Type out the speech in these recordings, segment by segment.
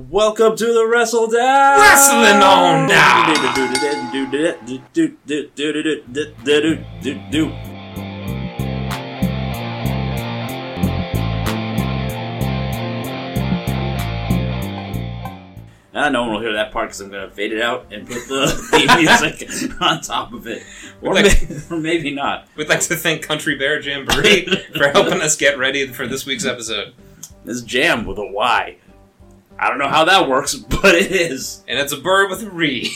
Welcome to the Wrestle Down! Wrestling on now! I know Ah, one will hear that part because I'm going to fade it out and put the theme music on top of it. Or, Like- may- or maybe not. We'd like to thank Country Bear Jamboree for helping us get ready for this week's episode. It's Jam with a Y. I don't know how that works, but it is. And it's a bird with a re.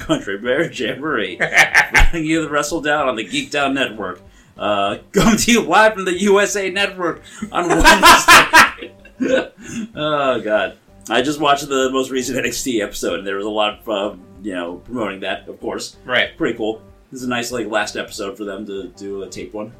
Country Bear Jamboree. bringing you the Wrestle Down on the Geek Down Network. Uh, come to you live from the USA Network on Wednesday. oh God! I just watched the most recent NXT episode, and there was a lot of uh, you know promoting that. Of course, right. pretty cool. This is a nice like last episode for them to do a tape one.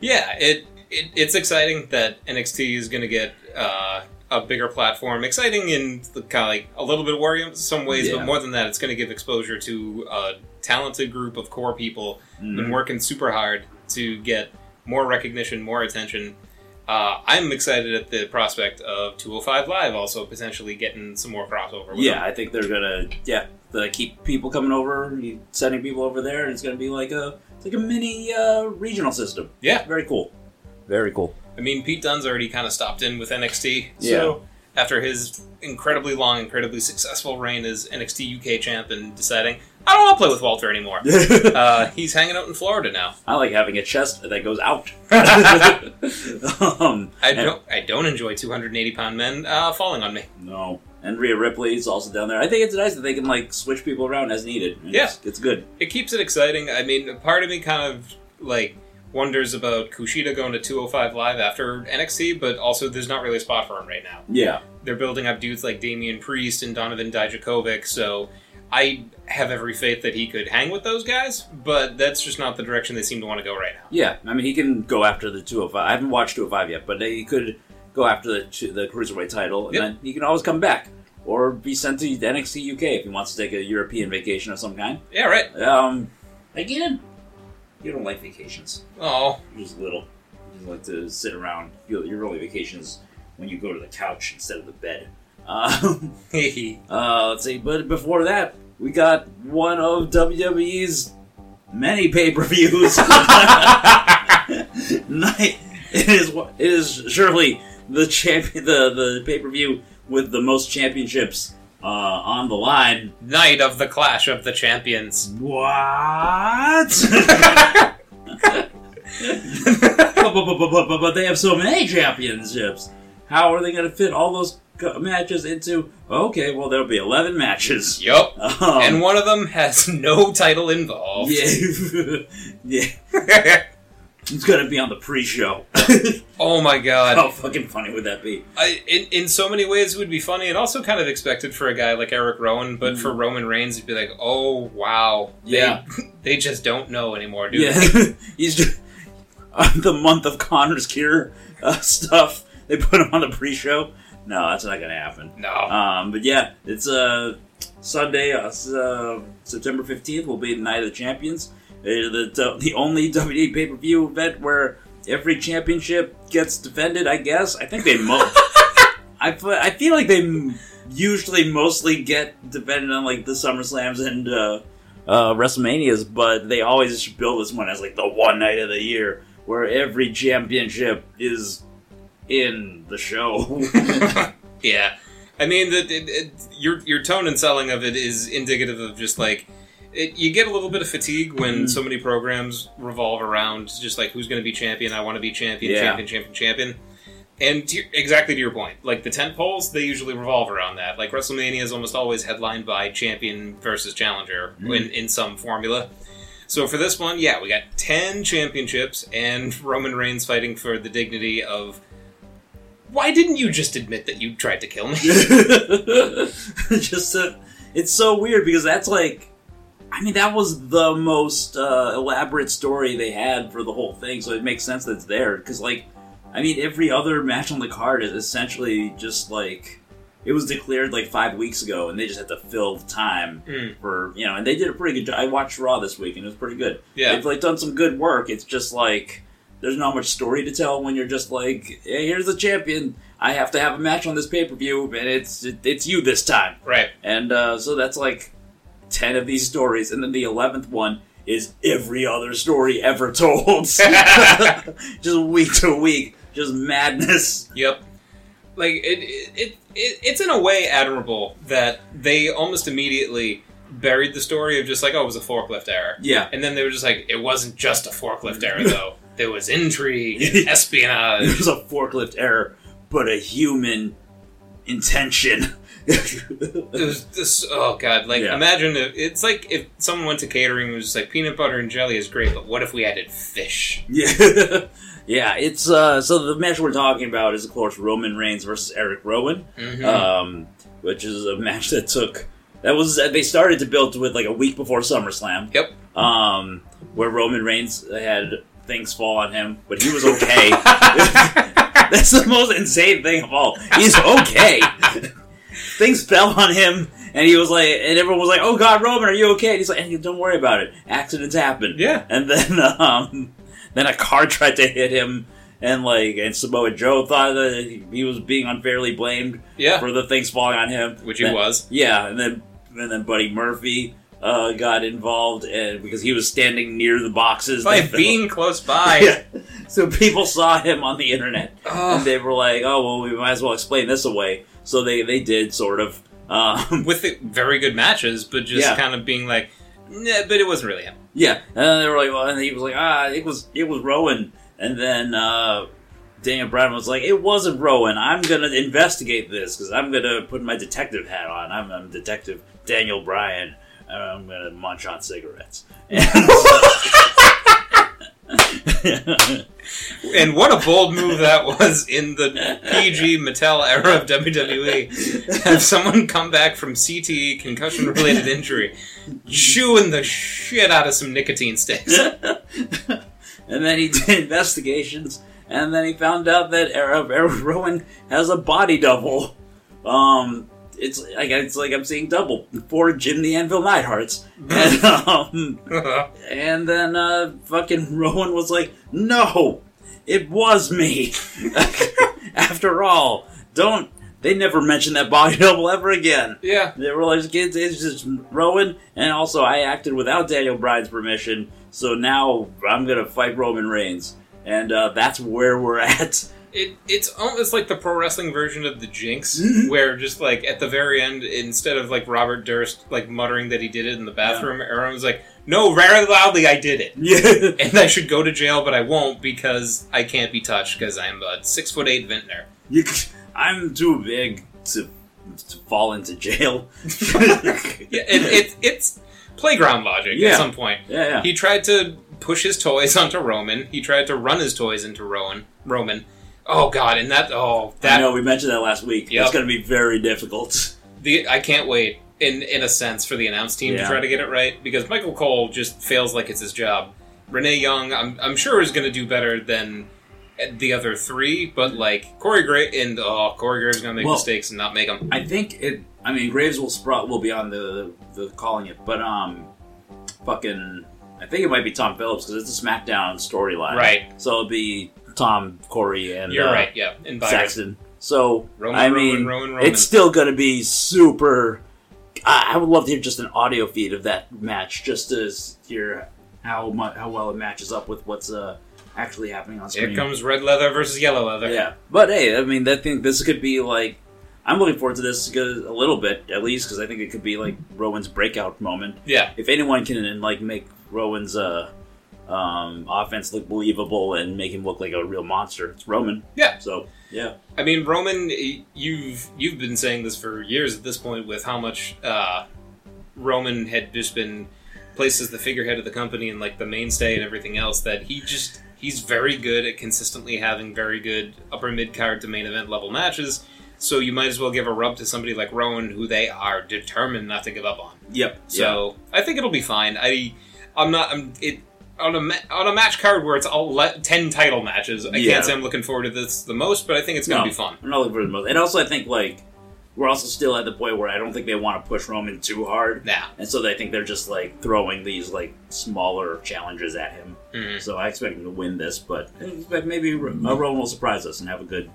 Yeah, it, it it's exciting that NXT is going to get uh, a bigger platform. Exciting in the kind of like a little bit worrying in some ways, Yeah. but more than that, it's going to give exposure to a talented group of core people Mm. been working super hard to get more recognition, more attention. Uh, I'm excited at the prospect of 205 Live also potentially getting some more crossover. With Yeah, I think they're gonna yeah the, keep people coming over, you- sending people over there, and it's gonna be like a it's like a mini uh, regional system. Yeah. very cool. Very cool. I mean, Pete Dunne's already kind of stopped in with NXT. So after his incredibly long, incredibly successful reign as NXT UK champ and deciding, I don't want to play with Walter anymore. uh, he's hanging out in Florida now. I like having a chest that goes out. um, I and- don't. I don't enjoy 280 pound men uh, falling on me. No. And Rhea Ripley is also down there. I think it's nice that they can like switch people around as needed. It's, Yeah. it's good. It keeps it exciting. I mean, part of me kind of like wonders about Kushida going to 205 Live after NXT, but also there's not really a spot for him right now. Yeah, They're building up dudes like Damian Priest and Donovan Dijakovic, so I have every faith that he could hang with those guys, but that's just not the direction they seem to want to go right now. yeah. I mean, he can go after the 205. I haven't watched 205 yet, but he could go after the two- the cruiserweight title, and Yep. then he can always come back or be sent to NXT UK if he wants to take a European vacation of some kind. Yeah, right. Um, again, you don't like vacations. Oh, You're just little. You just like to sit around. Your, your only vacation is when you go to the couch instead of the bed. Um, hee. uh, let's see. But before that, we got one of WWE's many pay per views. Night. It is. wa- It is surely the champion. The the pay per view with the most championships uh, on the line. Night of the Clash of the Champions. What? but, but, but, but, but, but, but they have so many championships. How are they going to fit all those co- matches into? Okay, well there'll be eleven matches. yup. Um, And one of them has no title involved. yeah, yeah, it's going to be on the pre-show. oh my god. How fucking funny would that be? I, in, in so many ways, it would be funny and also kind of expected for a guy like Eric Rowan, but for Roman Reigns, it'd be like, oh, wow. They, Mm-hmm. Yeah. They just don't know anymore, dude. Yeah, he's just uh, the month of Connor's cure uh, stuff. They put him on the pre-show. No, that's not going to happen. No. Um, but yeah, it's uh, Sunday, uh, s- uh, September 15th will be the Night of the Champions. Uh, The, the only WWE pay per view event where every championship gets defended, I guess. I think they most. I, fe- I feel like they m- usually mostly get defended on like the SummerSlams and uh, uh, WrestleManias, but they always build this one as like the one night of the year where every championship is in the show. yeah. I mean, the, it, it, your, your tone and selling of it is indicative of just like, it, you get a little bit of fatigue when Mhm. so many programs revolve around just like who's going to be champion, I want to be champion, Yeah. champion, champion, champion. And to, your- exactly to your point, like the tent poles, they usually revolve around that. Like WrestleMania is almost always headlined by champion versus challenger Mhm. in, in some formula. So for this one, yeah, we got 10 championships and Roman Reigns fighting for the dignity of. Why didn't you just admit that you tried to kill me? just uh it's so weird because that's like i mean that was the most uh, elaborate story they had for the whole thing so it makes sense that it's there because like i mean every other match on the card is essentially just like it was declared like five weeks ago and they just had to fill time Mm. for you know and they did a pretty good job i watched raw this week and it was pretty good Yeah. they've like done some good work it's just like there's not much story to tell when you're just like, hey, here's the champion. I have to have a match on this pay per view, and it's it, it's you this time. Right. And uh, so that's like ten of these stories, and then the eleventh one is every other story ever told, just week to week, just madness. Yep. Like it, it, it, it, it's in a way admirable that they almost immediately buried the story of just like, oh, it was a forklift error. Yeah. And then they were just like, it wasn't just a forklift error though. There was intrigue, and espionage. It was a forklift error, but a human intention. it was this oh god like Yeah. imagine if, it's like if someone went to catering and was just like peanut butter and jelly is great but what if we added fish Yeah, yeah. It's uh, so the match we're talking about is of course Roman Reigns versus Eric Rowan, Mhm. um, which is a match that took that was uh, they started to build with like a week before SummerSlam. Yep. Um, where Roman Reigns had things fall on him, but he was okay. That's the most insane thing of all. He's okay. Things fell on him, and he was like, and everyone was like, "Oh God, Roman, are you okay?" And he's like, "Eh, "Don't worry about it. Accidents happen." Yeah. And then, um, then a car tried to hit him, and like, and Samoa Joe thought that he was being unfairly blamed yeah for the things falling on him, which he Then- was Yeah, and then and then Buddy Murphy uh, got involved, and because he was standing near the boxes, by they fell- being close by Yeah. So people saw him on the internet and Ugh. they were like, "Oh well, we might as well explain this away." So they they did sort of. Um, with the very good matches but just Yeah. kind of being like nah, but it wasn't really him yeah, and then they were like, "Well," and he was like, "Ah, it was it was Rowan," and then uh, Daniel Bryan was like, "It wasn't Rowan. I'm gonna investigate this because I'm gonna put my detective hat on. I'm, I'm Detective Daniel Bryan. and I'm gonna munch on cigarettes." And- and what a bold move that was in the PG Mattel era of WWE have someone come back from CTE concussion related injury chewing the shit out of some nicotine sticks and then he did investigations, and then he found out that Eric, Eric Rowan has a body double. Um, it's like it's like I'm seeing double for Jim the Anvil Nighthearts, and um, and then uh, fucking Rowan was like, "No, it was me." After all, don't they never mentioned that body double ever again? yeah They were like, it's, it's just Rowan, and also I acted without Daniel Bryan's permission, so now I'm gonna fight Roman Reigns, and uh, that's where we're at. It it's almost like the pro wrestling version of the Jinx, Mhm. where just like at the very end, instead of like Robert Durst like muttering that he did it in the bathroom, Aaron was like, "No, very loudly, I did it, Yeah, and I should go to jail, but I won't because I can't be touched because I'm a six foot eight vintner." you, c- I'm too big to to fall into jail. Yeah, it, it it's playground logic Yeah. at some point. yeah, yeah, He tried to push his toys onto Roman. He tried to run his toys into Rowan. Roman. Oh God! And that oh I that know we mentioned that last week. Yep. It's gonna be very difficult. the I can't wait in in a sense for the announce team Yeah. to try to get it right because Michael Cole just fails like it's his job. Renee Young, I'm I'm sure is going to do better than the other three, but like Corey Gray and oh Corey Graves going to make Well- mistakes and not make them. I think it. I mean, Graves will sprout will be on the the calling it, but um, fucking. I think it might be Tom Phillips because it's a SmackDown storyline, Right. So it'll be Tom, Corey, and You're uh, right, yeah. And Byron. Saxon. So Roman, I Roman, mean, Roman, Roman. it's still gonna be super. I, I would love to hear just an audio feed of that match, just to s- hear how mu- how well it matches up with what's uh actually happening on Here screen. comes red leather versus yellow leather. Yeah, but hey, I mean, I think this could be like I'm looking forward to this 'cause- a little bit at least because I think it could be like Rowan's breakout moment. Yeah. If anyone can like make Rowan's uh, um, offense look believable and make him look like a real monster, it's Roman. Yeah. So yeah, I mean, Roman, y- you've you've been saying this for years at this point with how much uh, Roman had just been placed as the figurehead of the company and like the mainstay and everything else. That he just he's very good at consistently having very good upper mid card to main event level matches. So you might as well give a rub to somebody like Rowan, who they are determined not to give up on. yep. So I think it'll be fine. I I'm not I'm it on a ma- on a match card where it's all le- ten title matches. I Yeah. can't say I'm looking forward to this the most, but I think it's gonna No. be fun. I'm not looking for the most, and also I think like we're also still at the point where I don't think they want to push Roman too hard. Nah. And so they think they're just like throwing these like smaller challenges at him. Mhm. So I expect him to win this, but I expect maybe Ro- uh, Roman will surprise us and have a good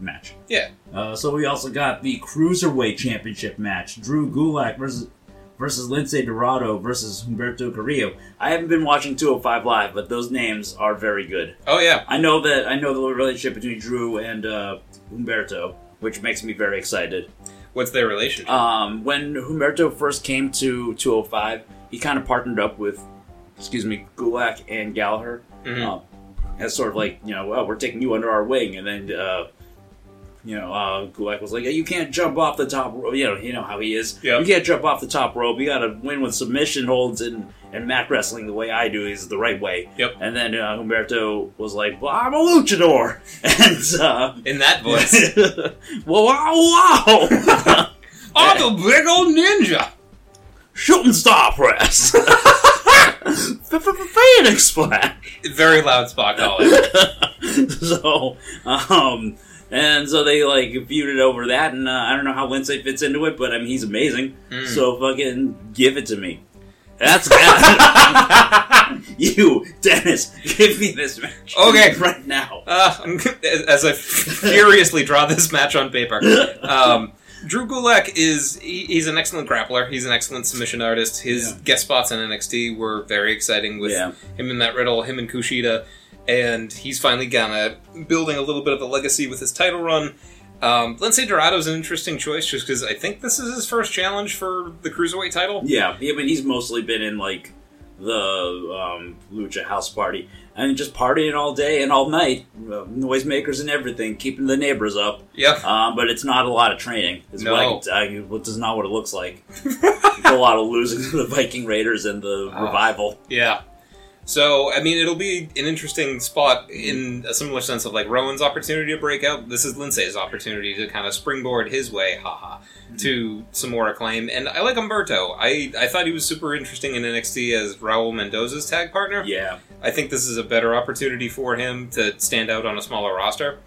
match. Yeah. Uh, so we also got the cruiserweight championship match: Drew Gulak versus versus Lince Dorado versus Humberto Carrillo. I haven't been watching 205 Live, but those names are very good. Oh yeah. I know that I know the relationship between Drew and uh, Humberto, which makes me very excited. What's their relationship? Um, when Humberto first came to 205, he kind of partnered up with, excuse me, Gulak and Gallagher Mhm. um, as sort of like you know, well, we're taking you under our wing, and then uh, you know, uh, Gulak was like, you can't jump off the top rope. You know, you know how he is. Yeah. You can't jump off the top rope. You got to win with submission holds and and mat wrestling the way I do is the right way. Yep. And then uh, Humberto was like, well, I'm a luchador, and uh, In that voice. well, wow, wow. I'm a Oh, big old ninja. Shooting Star Press. Phoenix Splash. Very loud Spock Oh, Holly. so, um, and so they like feuded over that, and uh, I don't know how Lindsay fits into it, but I mean he's amazing. So fucking give it to me. That's bad. you, Dennis, give me this match. Okay. right now. Uh, I'm- as I furiously draw this match on paper, um, Drew Gulak is he, he's an excellent grappler. He's an excellent submission artist. His Yeah. guest spots in NXT were very exciting with Yeah. him and Matt Riddle, him and Kushida, and he's finally gonna building a little bit of a legacy with his title run. Um, Lince Dorado's an interesting choice just because I think this is his first challenge for the cruiserweight title. Yeah, yeah, but he's mostly been in like the um, Lucha House Party. I mean, just partying all day and all night, uh, noisemakers and everything, keeping the neighbors up. Yeah. Um, but it's not a lot of training. It's No. what I can t- I can- which is not what it looks like. it's a lot of losing to the Viking Raiders and the Ah. revival. Yeah. So, I mean, it'll be an interesting spot in a similar sense of like Rowan's opportunity to break out. This is Lindsay's opportunity to kind of springboard his way, haha, to some more acclaim. And I like Umberto. I, I thought he was super interesting in NXT as Raul Mendoza's tag partner. Yeah, I think this is a better opportunity for him to stand out on a smaller roster.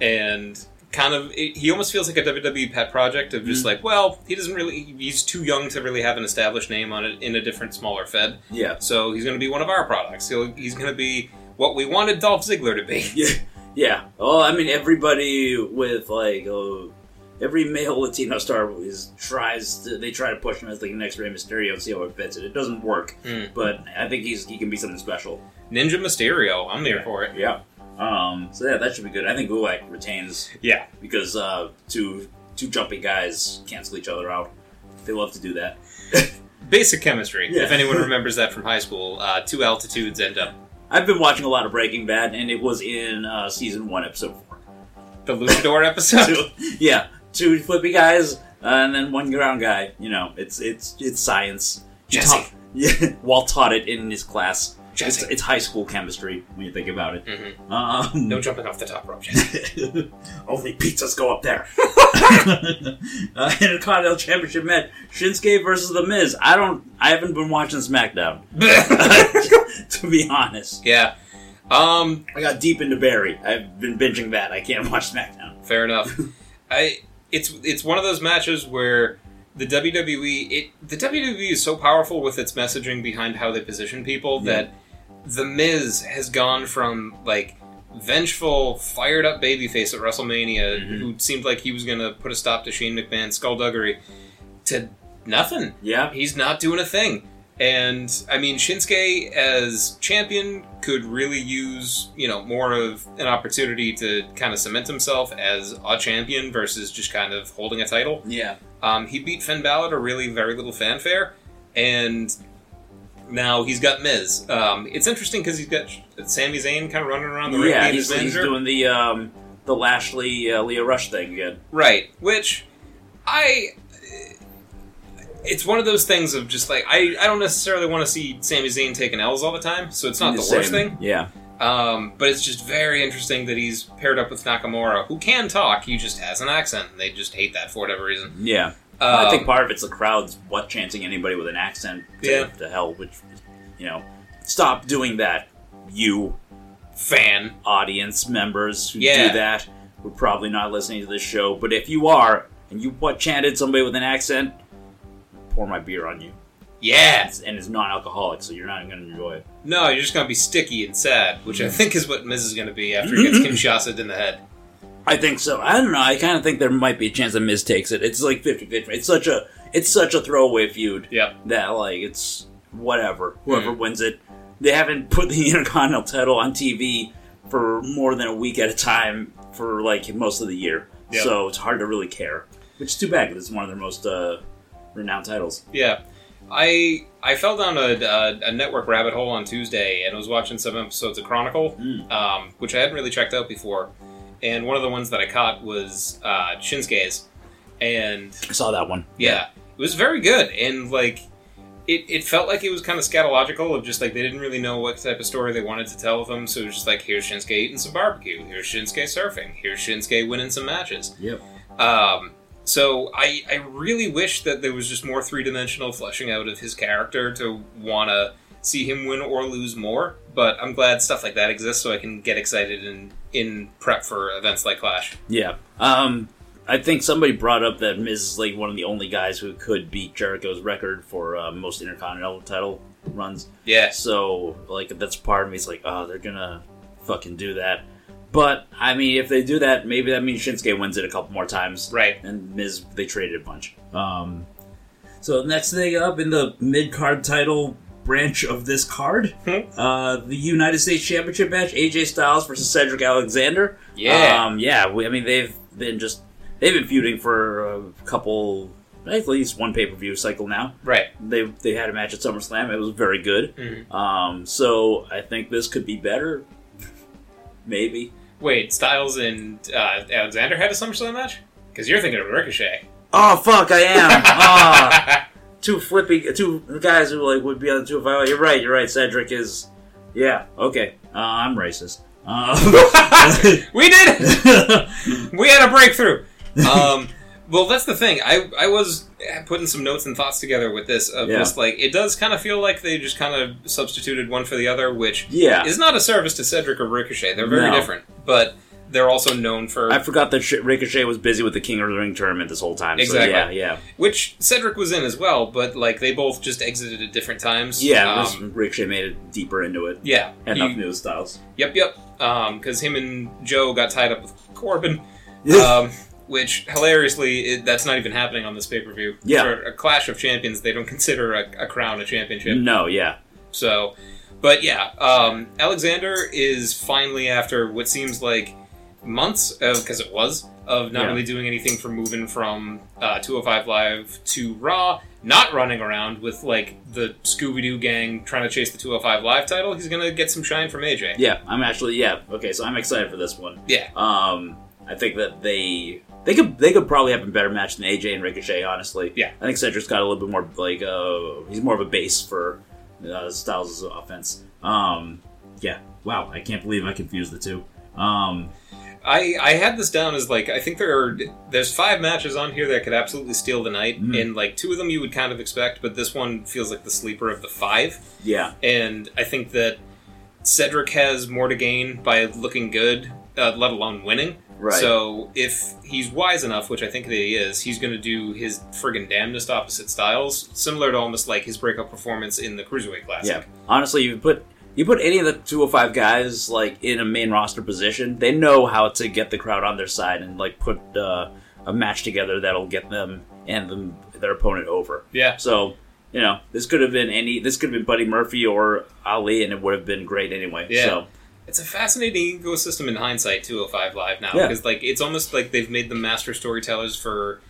And kind of, it, he almost feels like a WWE pet project of just Mhm. like, well, he doesn't really, he's too young to really have an established name on it in a different, smaller Fed. yeah, So he's going to be one of our products. He'll, he's going to be what we wanted Dolph Ziggler to be. yeah, yeah. Oh, I mean, everybody with like uh, every male Latino star is tries to, they try to push him as like the next Rey Mysterio and see how it fits. It it doesn't work. Mm. but I think he's he can be something special. Ninja Mysterio. I'm there for it. Yeah. Um. So yeah, that should be good. I think Gulak retains Yeah. because uh, two two jumpy guys cancel each other out. They love to do that. Basic chemistry. Yeah. If anyone remembers that from high school, uh, two altitudes uh, end up I've been watching a lot of Breaking Bad, and it was in uh, season one, episode four. the Luchador episode. Two, yeah, two flippy guys, uh, and then one ground guy. You know, it's it's it's science. You Jesse. taught- yeah, Walt taught it in his class. It's, Jesse. it's high school chemistry when you think about it. Mhm. Um, No jumping off the top rope. Jesse. Only pizzas go up there. uh, in a Continental Championship match, Shinsuke versus The Miz. I don't. I haven't been watching SmackDown, to be honest. yeah. Um. I got deep into Barry. I've been binging that. I can't watch SmackDown. Fair enough. I. It's it's one of those matches where the WWE it the WWE is so powerful with its messaging behind how they position people Yeah. that the Miz has gone from like vengeful, fired up babyface at WrestleMania Mhm. who seemed like he was gonna put a stop to Shane McMahon's skullduggery to nothing. Yeah, He's not doing a thing. And I mean, Shinsuke as champion could really use, you know, more of an opportunity to kind of cement himself as a champion versus just kind of holding a title. yeah, Um, he beat Finn Balor to really very little fanfare, and now he's got Miz. Um, it's interesting because he's got Sami Zayn kind of running around the ring yeah. being He's, his he's manager. doing the um, the Lashley uh, Leah Rush thing again. Right, which I it's one of those things of just like I, I don't necessarily want to see Sami Zayn taking L's all the time, so it's not the, worst same. thing. Yeah, Um, but it's just very interesting that he's paired up with Nakamura, who can talk. He just has an accent, and they just hate that for whatever reason. yeah. Um, I think part of it's the crowd's what chanting anybody with an accent to, Yeah. to hell, which you know, stop doing that, you fan. audience members who Yeah. do that. We're probably not listening to this show, but if you are, and and you what chanted somebody with an accent, pour my beer on you. Yeah. It's, and it's non-alcoholic, so you're not going to enjoy it. No, you're just going to be sticky and sad, which I think is what Miz is going to be after he gets Kinshasa'd in the head. I think so. I don't know. I kind of think there might be a chance that Miz takes it. It's like 50-50. It's such a it's such a throwaway feud Yep. that like it's whatever. Whoever wins it, they haven't put the Intercontinental title on TV for more than a week at a time for like most of the year. Yep. So it's hard to really care, which is too bad because it's one of their most uh, renowned titles. Yeah. I I fell down a, a, a network rabbit hole on Tuesday and was watching some episodes of Chronicle, Mm. um, which I hadn't really checked out before. And one of the ones that I caught was uh, Shinsuke's. And I saw that one. yeah, it was very good. And like, it, it felt like it was kind of scatological of just like they didn't really know what type of story they wanted to tell with them. So it was just like, here's Shinsuke eating some barbecue, here's Shinsuke surfing, here's Shinsuke winning some matches. Yep. Um, so I, I really wish that there was just more three dimensional fleshing out of his character to want to see him win or lose more. But I'm glad stuff like that exists so I can get excited and in prep for events like Clash. Yeah. Um, I think somebody brought up that Miz is like one of the only guys who could beat Jericho's record for uh, most Intercontinental title runs. Yes. So, like, that's part of me is like, oh, they're gonna fucking do that. But, I mean, if they do that, maybe that means Shinsuke wins it a couple more times. Right. And Miz, they traded a bunch. Um, so, next thing up in the mid card title branch of this card, Hmm. uh, the United States Championship match AJ Styles versus Cedric Alexander. Yeah. Um, yeah, we, I mean, they've been just, they've been feuding for a couple, at least one pay per view cycle now Right. they they had a match at SummerSlam. It was very good. Mhm. Um, so I think this could be better. Maybe. Wait, Styles and uh, Alexander had a SummerSlam match? Because you're thinking of Ricochet. Oh fuck! I am. Ah, Uh. two flippy, two guys who like would be on the two five. oh. You're right. You're right. Cedric is. Yeah. Okay. Uh, I'm racist. Uh, we did it! we had a breakthrough. Um, well, that's the thing. I I was putting some notes and thoughts together with this of Yeah. just like it does kind of feel like they just kind of substituted one for the other, which yeah. is not a service to Cedric or Ricochet. They're very No. different, but they're also known for I forgot that Sh- Ricochet was busy with the King of the Ring tournament this whole time. Exactly. So yeah, yeah, which Cedric was in as well. But like they both just exited at different times. yeah. it was- Um, Ricochet made it deeper into it, yeah. and You- nothing new styles. Yep, yep. Because him and Joe got tied up with Corbin, um, which hilariously, it, that's not even happening on this pay per view. Yeah. For a clash of champions, they don't consider a, a crown a championship. No, yeah, So, but yeah, um, Alexander is finally after what seems like months of because it was of not Yeah. really doing anything for moving from uh, 205 live to raw not running around with like the scooby-doo gang trying to chase the 205 live title he's gonna get some shine from aj yeah. I'm actually yeah. Okay, so I'm excited for this one. yeah Um, I think that they they could they could probably have a better match than AJ and Ricochet. Honestly, Yeah. I think Cedric's got a little bit more like uh, he's more of a base for uh, Styles' offense. Um, yeah, wow, I can't believe I confused the two. Um, I, I had this down as like I think there are there's five matches on here that could absolutely steal the night, Mm. and like two of them you would kind of expect, but this one feels like the sleeper of the five. yeah, And I think that Cedric has more to gain by looking good, uh, let alone winning. right. So if he's wise enough, which I think that he is, he's going to do his friggin' damnedest opposite styles, similar to almost like his breakup performance in the Cruiserweight Classic. yeah, honestly, you put you put any of the 205 guys like in a main roster position, they know how to get the crowd on their side and like put uh, a match together that'll get them and them, their opponent over. Yeah. So, you know, this could have been any. This could have been Buddy Murphy or Ali, and it would have been great anyway. Yeah. So, It's a fascinating ecosystem in hindsight, 205 Live now, Yeah. because like it's almost like they've made them master storytellers for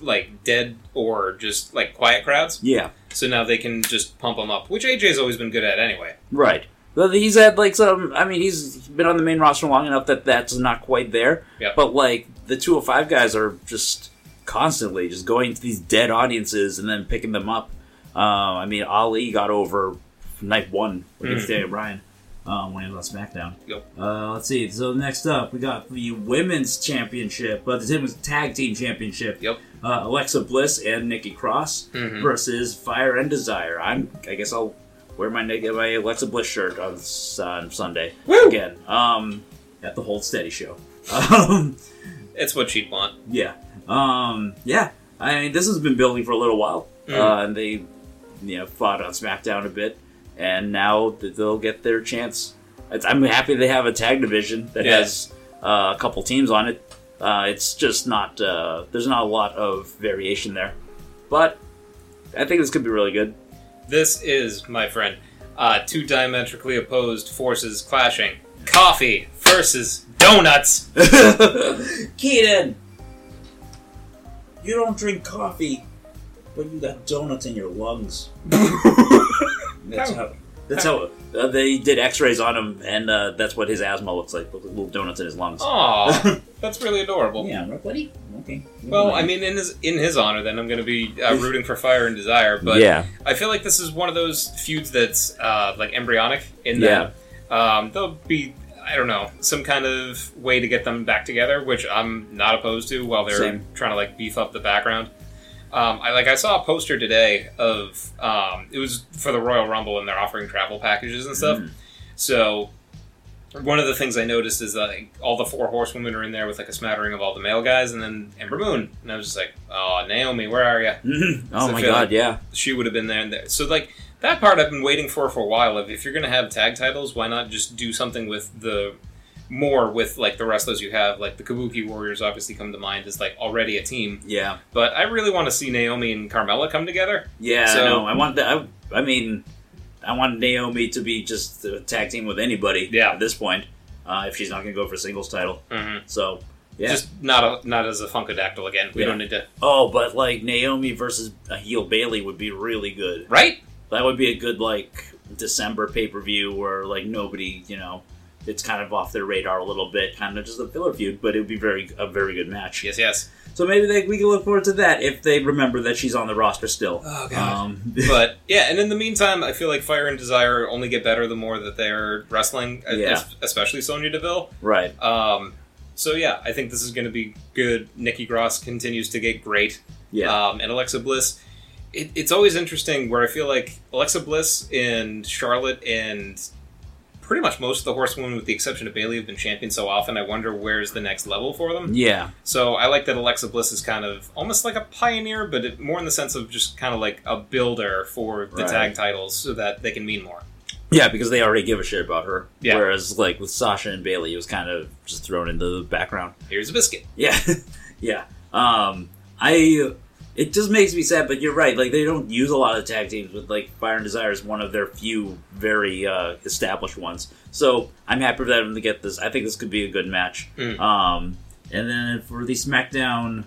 like dead or just like quiet crowds. yeah, So now they can just pump them up, which AJ's always been good at anyway. right. Well, he's had like some. I mean, he's been on the main roster long enough that that's not quite there. Yep. But like the 205 guys are just constantly just going to these dead audiences and then picking them up. Uh, I mean, Ali got over night one against Mhm. Daniel Bryan um, when he was on SmackDown. Yep. Uh, let's see. So next up, we got the women's championship, but the women's tag team championship. Yep. Uh, Alexa Bliss and Nikki Cross Mhm. versus Fire and Desire. I'm. I guess I'll wear my Nick- my Alexa Bliss shirt on, s- on Sunday Woo! again. Um, at the Hold Steady show. Um, It's what she'd want. yeah. Um, yeah, I mean, this has been building for a little while, Mm. uh, and they, you know, fought on SmackDown a bit, and now th- they'll get their chance. It's, I'm happy they have a tag division that Yeah. has uh, a couple teams on it. Uh, it's just not uh, there's not a lot of variation there, but I think this could be really good. This is, my friend, uh, two diametrically opposed forces clashing. Coffee versus donuts. Keaton, you don't drink coffee, but you got donuts in your lungs. That's how. That's how uh, they did X-rays on him, and uh, that's what his asthma looks like. with Little donuts in his lungs. Oh. Aw, that's really adorable. yeah, I'm like, buddy. Okay. Well, I mean, in his in his honor, then I'm going to be uh, rooting for Fire and Desire. But yeah, I feel like this is one of those feuds that's uh, like embryonic in that um, there'll be I don't know some kind of way to get them back together, which I'm not opposed to while they're Same. trying to like beef up the background. Um, I like I saw a poster today of um, it was for the Royal Rumble and they're offering travel packages and stuff. Mm. So one of the things I noticed is that like, all the four horsewomen are in there with like a smattering of all the male guys, and then Ember Moon, and I was just like, "Oh, Naomi, where are you?" oh a my feeling. god, yeah, she would have been there and there. So like that part I've been waiting for for a while. If, if you're gonna have tag titles, why not just do something with the more with like the wrestlers you have? Like the Kabuki Warriors obviously come to mind as like already a team, yeah, but I really want to see Naomi and Carmella come together. yeah. So- no, I want that. I, I mean, I want Naomi to be just a tag team with anybody. Yeah. At this point, uh, if she's not going to go for a singles title, Mm-hmm. so yeah. Just not a, not as a Funkadactyl again. We Yeah. don't need to, oh, but like Naomi versus a heel Bailey would be really good. right? That would be a good like December pay per view where like nobody, you know, it's kind of off their radar a little bit, kind of just a filler feud, but it would be very a very good match. Yes, yes. So maybe they, we can look forward to that if they remember that she's on the roster still. Oh Um, but yeah, and in the meantime, I feel like Fire and Desire only get better the more that they're wrestling, Yeah. es- especially Sonya Deville. right. Um, so yeah, I think this is going to be good. Nikki Gross continues to get great, Yeah. um, and Alexa Bliss. It, it's always interesting where I feel like Alexa Bliss and Charlotte and pretty much most of the horsewomen, with the exception of Bailey, have been champions so often. I wonder where's the next level for them. yeah. So I like that Alexa Bliss is kind of almost like a pioneer, but it, more in the sense of just kind of like a builder for the Right. tag titles, so that they can mean more. Yeah, because they already give a shit about her. Yeah. Whereas like with Sasha and Bailey, it was kind of just thrown into the background. Here's a biscuit. Yeah, yeah. Um, I it just makes me sad, but you're right. Like they don't use a lot of tag teams, but like Fire and Desire is one of their few very uh, established ones. So I'm happy for them to get this. I think this could be a good match. Mm. Um, and then for the SmackDown,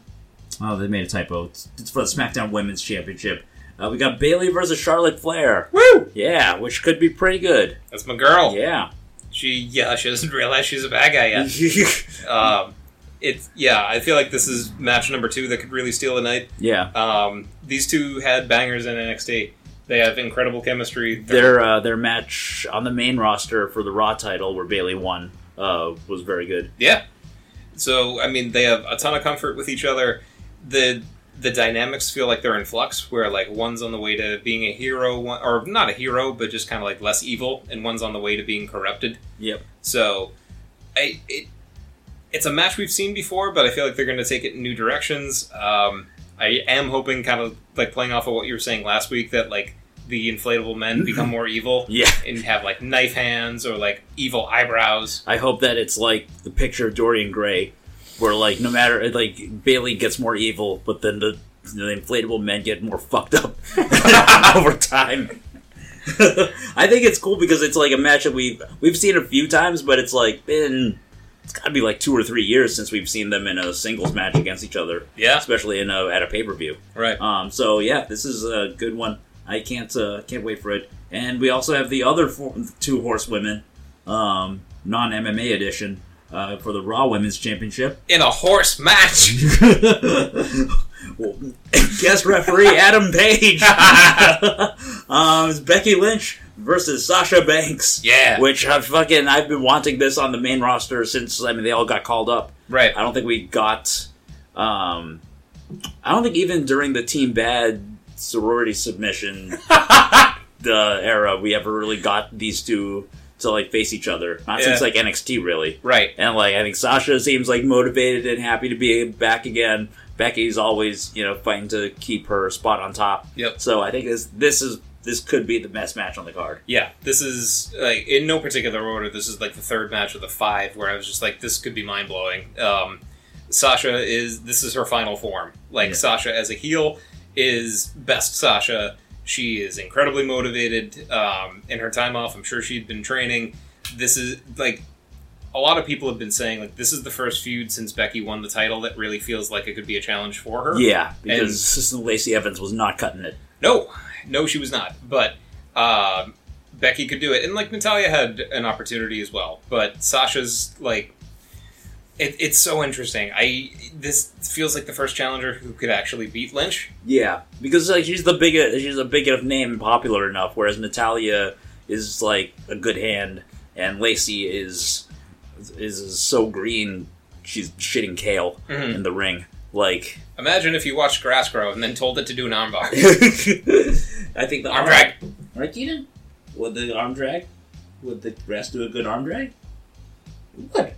oh, they made a typo. It's, it's for the SmackDown Women's Championship. Uh, we got Bailey versus Charlotte Flair. Woo! Yeah, which could be pretty good. That's my girl. Yeah. She yeah, she doesn't realize she's a bad guy yet. Um, it's yeah. I feel like this is match number two that could really steal the night. yeah. Um, these two had bangers in NXT. They have incredible chemistry. Their uh, their match on the main roster for the Raw title, where Bailey won, uh, was very good. yeah. So I mean, they have a ton of comfort with each other. the The dynamics feel like they're in flux, where like one's on the way to being a hero, one, or not a hero, but just kind of like less evil, and one's on the way to being corrupted. Yep. So, I it it's a match we've seen before, but I feel like they're going to take it in new directions. Um, I am hoping, kind of like playing off of what you were saying last week, that like the inflatable men become more evil Yeah. and have like knife hands or like evil eyebrows. I hope that it's like the picture of Dorian Gray, where like no matter like Bailey gets more evil, but then the, the inflatable men get more fucked up over time. I think it's cool because it's like a match that we've we've seen a few times, but it's like been it's got to be like two or three years since we've seen them in a singles match against each other, Yeah, especially in a, at a pay per view. right. Um, so yeah, this is a good one. I can't uh, can't wait for it. And we also have the other four, two horsewomen, um, non MMA edition uh, for the Raw Women's Championship. In a horse match. Well, Guest referee Adam Page um, it's Becky Lynch versus Sasha Banks. Yeah. Which I've fucking I've been wanting this on the main roster since I mean they all got called up. Right. I don't think we got. Um, I don't think even during the Team Bad sorority submission the era, we ever really got these two to like face each other. Not since Yeah. like NXT really. Right. And like I think Sasha seems like motivated and happy to be back again. Becky's always you know fighting to keep her spot on top. Yep. So I think this this is this could be the best match on the card. Yeah, this is like in no particular order. This is like the third match of the five where I was just like, this could be mind blowing. Um, Sasha is this is her final form. Like Yeah. Sasha as a heel is best Sasha. She is incredibly motivated. Um, in her time off, I'm sure she'd been training. This is like a lot of people have been saying like this is the first feud since Becky won the title that really feels like it could be a challenge for her. Yeah, because Lacey Evans was not cutting it. No, no, she was not. But um Becky could do it, and like Natalia had an opportunity as well. But Sasha's like, it, it's so interesting. I this feels like the first challenger who could actually beat Lynch. Yeah, because like she's the big she's a big enough name and popular enough, whereas Natalia is like a good hand, and Lacey is is, is so green she's shitting kale Mhm. in the ring. Like, Imagine if you watched grass grow and then told it to do an armbar. I think the Arm drag. right, Keaton? Would the arm drag? Would the rest do a good arm drag? Good. There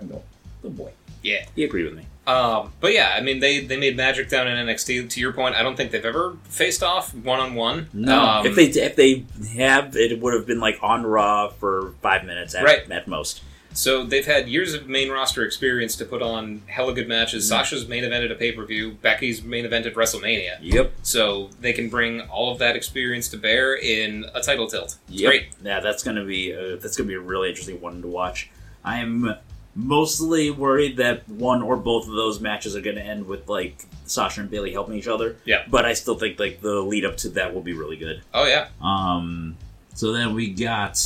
we go. Good boy. Yeah. he agreed with me. Um, but yeah, I mean they they made magic down in NXT. To your point, I don't think they've ever faced off Um, one on one. No, if they if they have, it would have been like on Raw for five minutes at, Right. at most. So they've had years of main roster experience to put on hella good matches. Sasha's main event at a pay per view, Becky's main event at WrestleMania. Yep. So they can bring all of that experience to bear in a title tilt. It's Yep. Great. Yeah, that's gonna be uh, that's gonna be a really interesting one to watch. I am mostly worried that one or both of those matches are gonna end with like Sasha and Bailey helping each other. Yeah. But I still think like the lead up to that will be really good. Oh yeah. Um, so then we got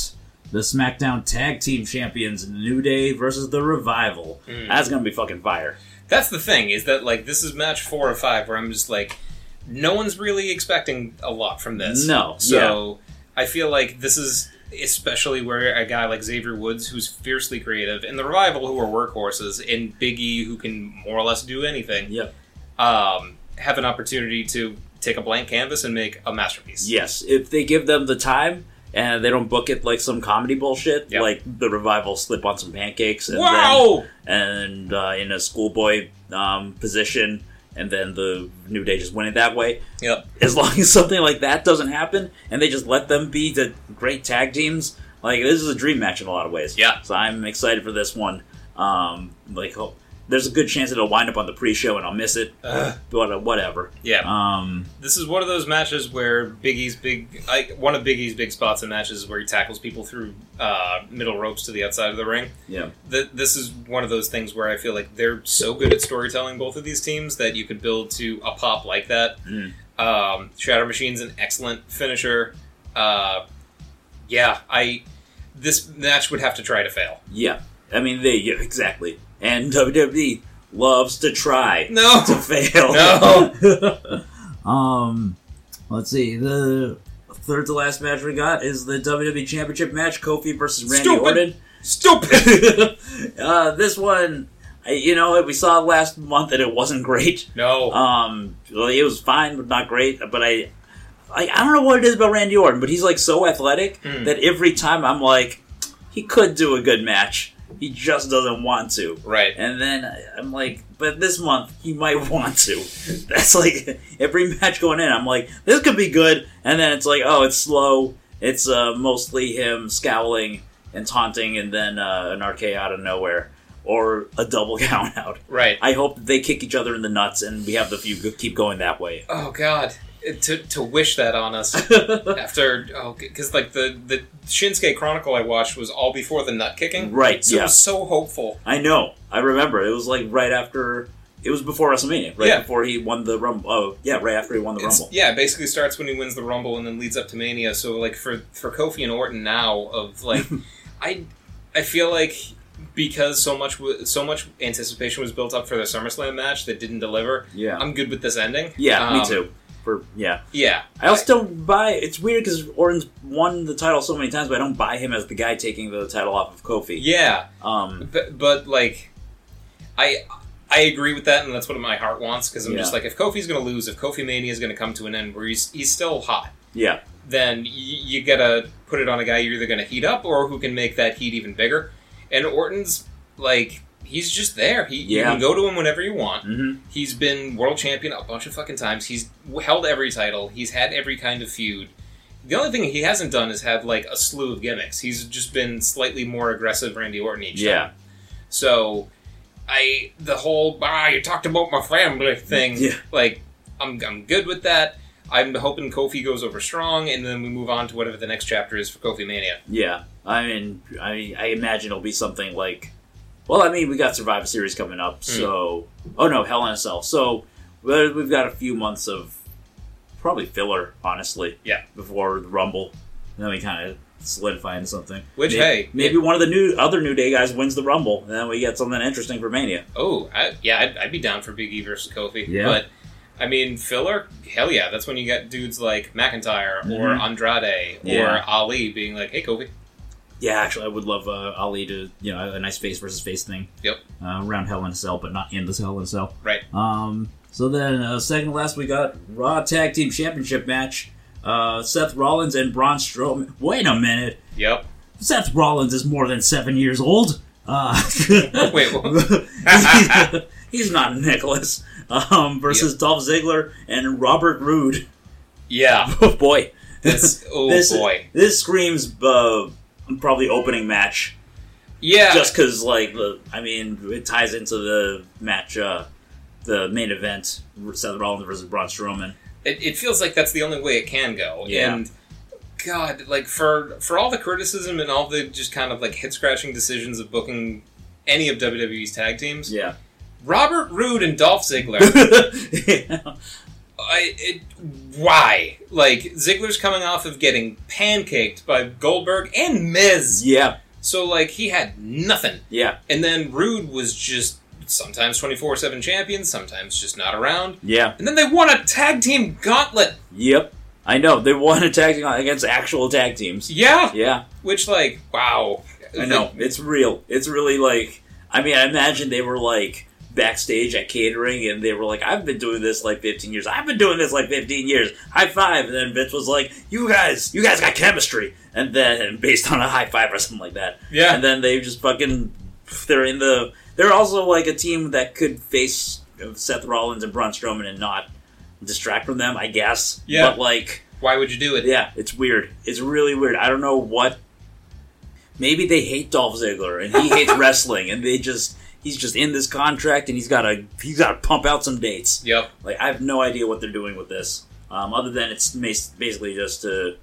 the SmackDown Tag Team Champions New Day versus the Revival. Mm. That's gonna be fucking fire. That's the thing is that like this is match four or five where I'm just like, no one's really expecting a lot from this. No, So I feel like this is especially where a guy like Xavier Woods, who's fiercely creative, and the Revival, who are workhorses, and Biggie, who can more or less do anything. Yep. um, have an opportunity to take a blank canvas and make a masterpiece. Yes, if they give them the time and they don't book it like some comedy bullshit, Yep. like the revival slip on some pancakes and Wow! then and uh, in a schoolboy um, position, and then the new day just win it that way. Yep. As long as something like that doesn't happen, and they just let them be the great tag teams, like this is a dream match in a lot of ways. Yeah. So I'm excited for this one. Um, like, hope, there's a good chance it'll wind up on the pre-show and I'll miss it, Ugh. but uh, whatever. Yeah. Um, This is one of those matches where Biggie's big, like one of Biggie's big spots in matches is where he tackles people through uh, middle ropes to the outside of the ring. yeah. Th- this is one of those things where I feel like they're so good at storytelling, both of these teams, that you could build to a pop like that. Mm. Um, Shatter Machine's an excellent finisher. Uh, yeah, I this match would have to try to fail. Yeah, I mean they yeah, exactly. And WWE loves to try No, to fail. No. um, let's see. The third to last match we got is the WWE Championship match: Kofi versus Randy Stupid. Orton. stupid. uh, this one, I- you know, we saw last month and it wasn't great. No. Um, well, it was fine, but not great. But I, I, I don't know what it is about Randy Orton, but he's like so athletic Hmm. that every time I'm like, he could do a good match. He just doesn't want to. right. And then I- I'm like, but this month he might want to. That's like every match going in. I'm like, this could be good. And then it's like, oh, it's slow. It's uh, mostly him scowling and taunting, and then uh, an RK out of nowhere or a double count out. Right. I hope that they kick each other in the nuts, and we have the few go- keep going that way. Oh God. It- To, to wish that on us after oh because like the the Shinsuke Chronicle I watched was all before the nut kicking right? so it Yeah, was so hopeful I know. I remember it was like right after. It was before WrestleMania, right Yeah. before he won the Rumble. Oh, yeah, right after he won the It's- Rumble. yeah it basically starts when he wins the Rumble and then leads up to Mania so like for for Kofi and Orton now of like I I feel like because so much wa- so much anticipation was built up for the SummerSlam match that didn't deliver Yeah, I'm good with this ending yeah, me Um, too. For yeah, yeah I also don't buy. It's weird because Orton's won the title so many times, but I don't buy him as the guy taking the title off of Kofi. yeah Um, But, but like, I I agree with that, and that's what my heart wants because I'm just Yeah. like, if Kofi's going to lose, if Kofi Mania is going to come to an end where he's he's still hot, yeah, then y- you gotta put it on a guy you're either going to heat up or who can make that heat even bigger. And Orton's like he's just there. He you Yeah. can go to him whenever you want. Mm-hmm. He's been world champion a bunch of fucking times. He's held every title. He's had every kind of feud. The only thing he hasn't done is have like a slew of gimmicks. He's just been slightly more aggressive Randy Orton each time. Yeah. So I the whole ah you talked about my family thing. Yeah. Like I'm I'm good with that. I'm hoping Kofi goes over strong, and then we move on to whatever the next chapter is for Kofi Mania. Yeah. I mean, I I imagine it'll be something like. Well, I mean, we got Survivor Series coming up, Hmm. so oh no, Hell in a Cell. So well, we've got a few months of probably filler, honestly. Yeah. Before the Rumble, and then we kind of solidify into something. Which, maybe, hey, maybe one of the new other New Day guys wins the Rumble, and then we get something interesting for Mania. Oh, I, yeah, I'd, I'd be down for Big E versus Kofi. Yeah. But, I mean, filler? Hell yeah. That's when you got dudes like McIntyre or Mhm. Andrade or Yeah. Ali being like, hey, Kofi. Yeah, actually, I would love uh, Ali to you know a nice face versus face thing. Yep. Uh, around Hell in a Cell, but not in the Hell in a Cell. Right. Um, so then, uh, second to last, we got Raw Tag Team Championship match. Uh, Seth Rollins and Braun Strowman. Wait a minute. Yep. Seth Rollins is more than seven years old. Uh, Wait, what? he's, he's not Nicholas. Um, versus Dolph Ziggler and Robert Roode. Yeah. Oh boy, This, oh, this boy. this screams uh, probably opening match Yeah. just because like the i mean it ties into the match uh the main event seth rollins versus braun strowman it, it feels like that's the only way it can go. Yeah. And God, like for for all the criticism and all the just kind of like head scratching decisions of booking any of WWE's tag teams, yeah Robert Roode and Dolph Ziggler I, it, why? Like Ziggler's coming off of getting pancaked by Goldberg and Miz, yeah so like he had nothing. yeah And then Rude was just sometimes twenty four seven champion, sometimes just not around. yeah And then they won a tag team gauntlet. yep i know they won a tag team against actual tag teams Yeah, yeah which like wow. i know it's real it's really like i mean i imagine they were like backstage at catering and they were like i've been doing this like 15 years i've been doing this like 15 years high five and then vince was like you guys you guys got chemistry and then based on a high five or something like that Yeah, and then they just fucking they're in the they're also like a team that could face Seth Rollins and Braun Strowman and not distract from them, I guess. Yeah. But like, why would you do it? yeah, it's weird. It's really weird. I don't know what. Maybe they hate Dolph Ziggler and he hates wrestling, and they just he's just in this contract and he's got to he's got to pump out some dates. Yep. Like I have no idea what they're doing with this, um, other than it's mas- basically just to.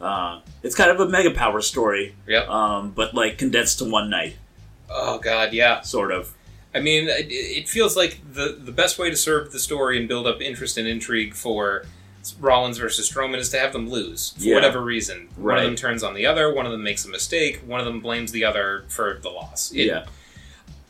Uh, it's kind of a mega power story, Yep. um, but like condensed to one night, Oh god, yeah. sort of. I mean, it, it feels like the the best way to serve the story and build up interest and intrigue for Rollins versus Strowman is to have them lose for Yeah. whatever reason. One of Right. them turns on the other. One of them makes a mistake. One of them blames the other for the loss. It, yeah,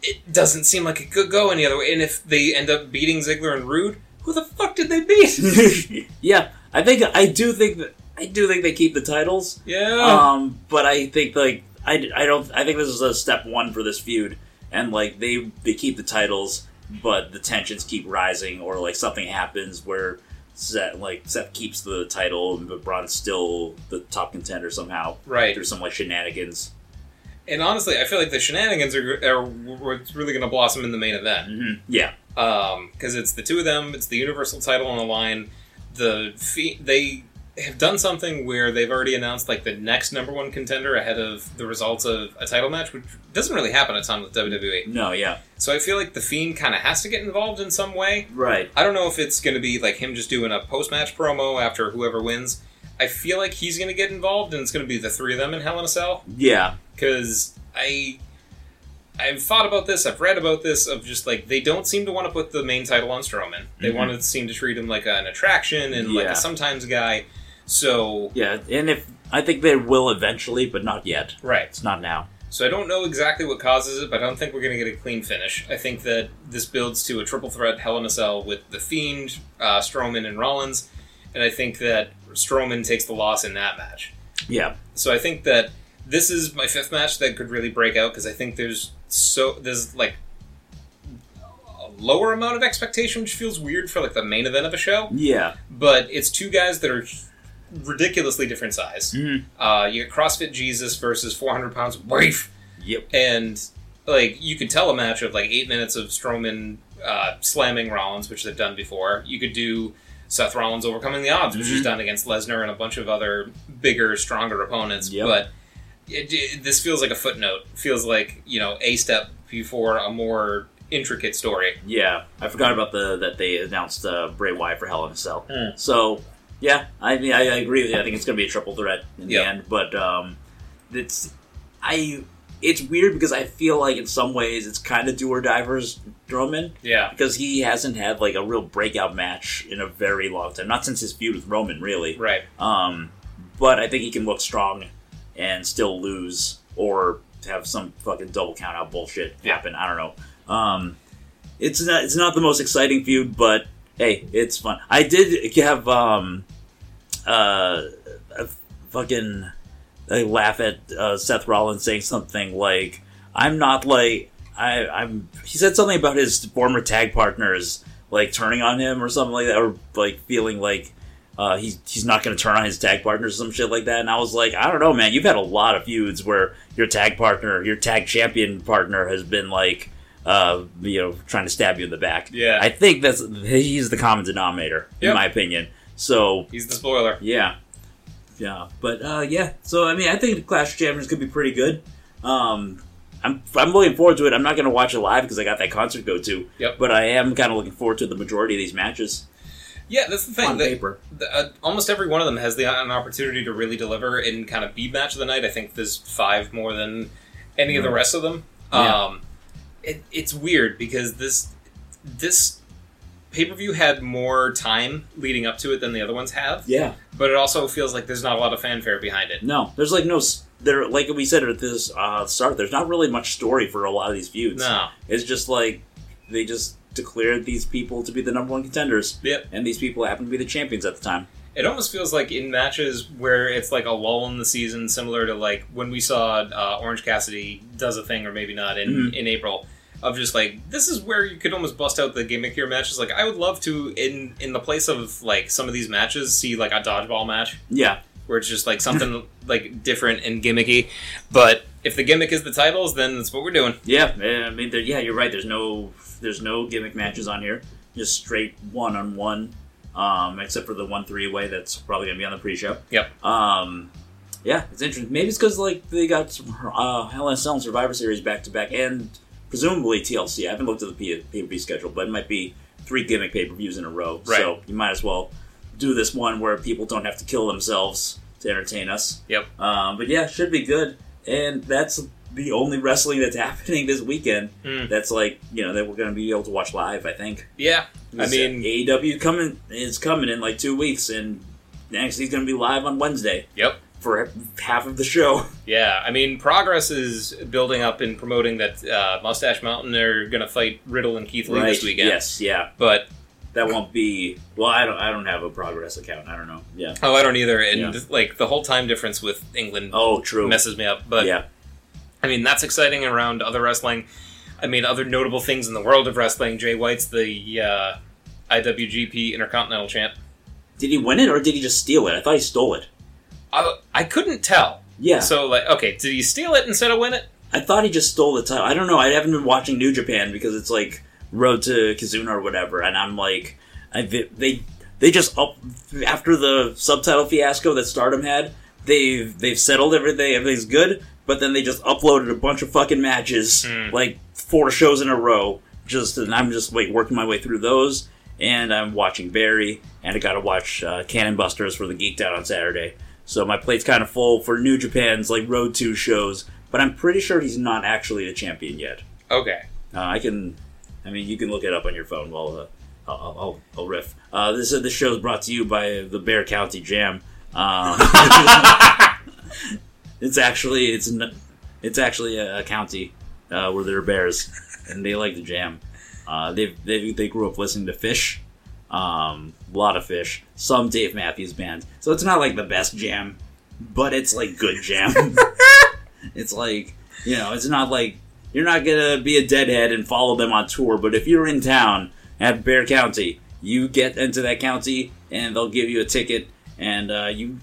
it doesn't seem like it could go any other way. And if they end up beating Ziggler and Rude, who the fuck did they beat? yeah. I think I do think that I do think they keep the titles, yeah, um, but I think like I, I don't I think this is a step one for this feud, and like they they keep the titles, but the tensions keep rising, or like something happens where. Seth, like Seth keeps the title, but Braun's still the top contender somehow right. through some like shenanigans. And honestly, I feel like the shenanigans are, are what's really going to blossom in the main event. hmm Yeah, because Um, it's the two of them. It's the Universal title on the line. The fe- they have done something where they've already announced like the next number one contender ahead of the results of a title match, which doesn't really happen a ton with WWE. no, yeah, So I feel like the Fiend kind of has to get involved in some way. right, I don't know if it's going to be like him just doing a post match promo after whoever wins. I feel like he's going to get involved, and it's going to be the three of them in Hell in a Cell yeah. because I I've thought about this, I've read about this of just like they don't seem to want to put the main title on Strowman. They Mhm. want to seem to treat him like an attraction and like Yeah. a sometimes guy. So Yeah, and if I think they will eventually, but not yet. right. It's not now. So I don't know exactly what causes it, but I don't think we're going to get a clean finish. I think that this builds to a triple threat Hell in a Cell with the Fiend, uh, Strowman, and Rollins, and I think that Strowman takes the loss in that match. Yeah, So I think that this is my fifth match that could really break out because I think there's so there's like a lower amount of expectation, which feels weird for like the main event of a show. yeah, But it's two guys that are ridiculously different size. Mhm. Uh, you got CrossFit Jesus versus 400 pounds of wife, yep, and like you could tell a match of like eight minutes of Strowman uh, slamming Rollins, which they've done before. You could do Seth Rollins overcoming the odds, which he's Mm-hmm. done against Lesnar and a bunch of other bigger, stronger opponents. Yep. But it, it- this feels like a footnote. Feels like you know a step before a more intricate story. Yeah, I forgot about the that they announced uh, Bray Wyatt for Hell in a Cell. Hmm. So yeah, I mean I, I agree with you. I think it's going to be a triple threat in Yeah. the end, but um, it's I it's weird because I feel like in some ways it's kind of do or die versus Roman Yeah, because he hasn't had like a real breakout match in a very long time, not since his feud with Roman really. right. Um, but I think he can look strong and still lose or have some fucking double count out bullshit Yeah. happen. I don't know. Um, it's not it's not the most exciting feud, but hey, it's fun. I did have um, uh, a fucking I laugh at uh, Seth Rollins saying something like, "I'm not like." I, I'm. He said something about his former tag partners, like turning on him or something like that, or like feeling like uh, he's he's not going to turn on his tag partner or some shit like that. And I was like, I don't know, man. You've had a lot of feuds where your tag partner, your tag champion partner, has been like, uh, you know, trying to stab you in the back. Yeah. I think that's he's the common denominator Yep. in my opinion. So He's the spoiler. yeah, yeah, but uh, yeah. So I mean, I think Clash of Champions could be pretty good. Um, I'm I'm looking forward to it. I'm not going to watch it live because I got that concert to go to. Yep. But I am kind of looking forward to the majority of these matches Yeah, that's the thing. on They- paper. the, uh, almost every one of them has the an opportunity to really deliver and kind of be match of the night. I think there's five more than any of the rest of them. Mm. Yeah. Um, it, it's weird because this this pay per view had more time leading up to it than the other ones have, Yeah. but it also feels like there's not a lot of fanfare behind it. No, there's like no s- there. Like we said at this uh, start, there's not really much story for a lot of these feuds. No, It's just like they just declared these people to be the number one contenders. Yep. And these people happen to be the champions at the time. it almost feels like in matches where it's like a lull in the season, similar to like when we saw uh, Orange Cassidy does a thing or maybe not in Mhm. in April. Of just like this is where you could almost bust out the gimmickier matches. Like I would love to in in the place of like some of these matches see like a dodgeball match Yeah. where it's just like something like different and gimmicky. But if the gimmick is the titles, then that's what we're doing. Yeah. eh, I mean, there- yeah, you're right. There's no there's no gimmick matches on here. Just straight one on one. Um, except for the one three way that's probably gonna be on the pre-show. Yep. Um, yeah, it's interesting. Maybe it's because like they got some, uh, Hell in a Cell and Survivor Series back to back, and presumably TLC. I haven't looked at the P- pay per view schedule, but it might be three gimmick pay per views in a row. Right. So you might as well do this one where people don't have to kill themselves to entertain us. Yep. Um, but yeah, should be good. And that's the only wrestling that's happening this weekend. Mm. That's like you know that we're going to be able to watch live. I think. Yeah. I mean, AEW E coming is coming in like two weeks, and NXT's going to be live on Wednesday yep. for half of the show. Yeah, I mean, Progress is building up and promoting that uh, Mustache Mountain. They're going to fight Riddle and Keith Lee this weekend. Yes, yeah. But That won't be well. I don't. I don't have a progress account. I don't know. Yeah. oh, I don't either. And Yeah. like the whole time difference with England Oh, true. messes me up. But yeah. I mean, that's exciting around other wrestling. I mean, other notable things in the world of wrestling. Jay White's the uh, IWGP Intercontinental Champ. Did he win it or did he just steal it? I thought he stole it. I, I couldn't tell. Yeah. So like, okay, did he steal it instead of win it? I thought he just stole the title. I don't know. I haven't been watching New Japan because it's like Road to Kazuna or whatever, and I'm like, I, they they just up after the subtitle fiasco that Stardom had. They've they've settled everything. Everything's good, but then they just uploaded a bunch of fucking matches, Hmm. like four shows in a row. Just and I'm just like working my way through those, and I'm watching Barry, and I got to watch uh, Cannon Busters for the Geeked Out on Saturday. So my plate's kind of full for New Japan's like Road Two shows, but I'm pretty sure he's not actually a champion yet. Okay. Uh, I can, I mean, you can look it up on your phone while uh, I'll, I'll, I'll, I'll riff. Uh, this uh, this show is brought to you by the Bear County Jam. Um, it's actually it's n- it's actually a, a county uh, where there are bears, and they like to jam. Uh, they they they grew up listening to Fish, um, a lot of Fish, some Dave Matthews Band. So it's not like the best jam, but it's like good jam. it's like you know, it's not like you're not gonna be a deadhead and follow them on tour, but if you're in town at Bear County, you get into that county and they'll give you a ticket, and uh, you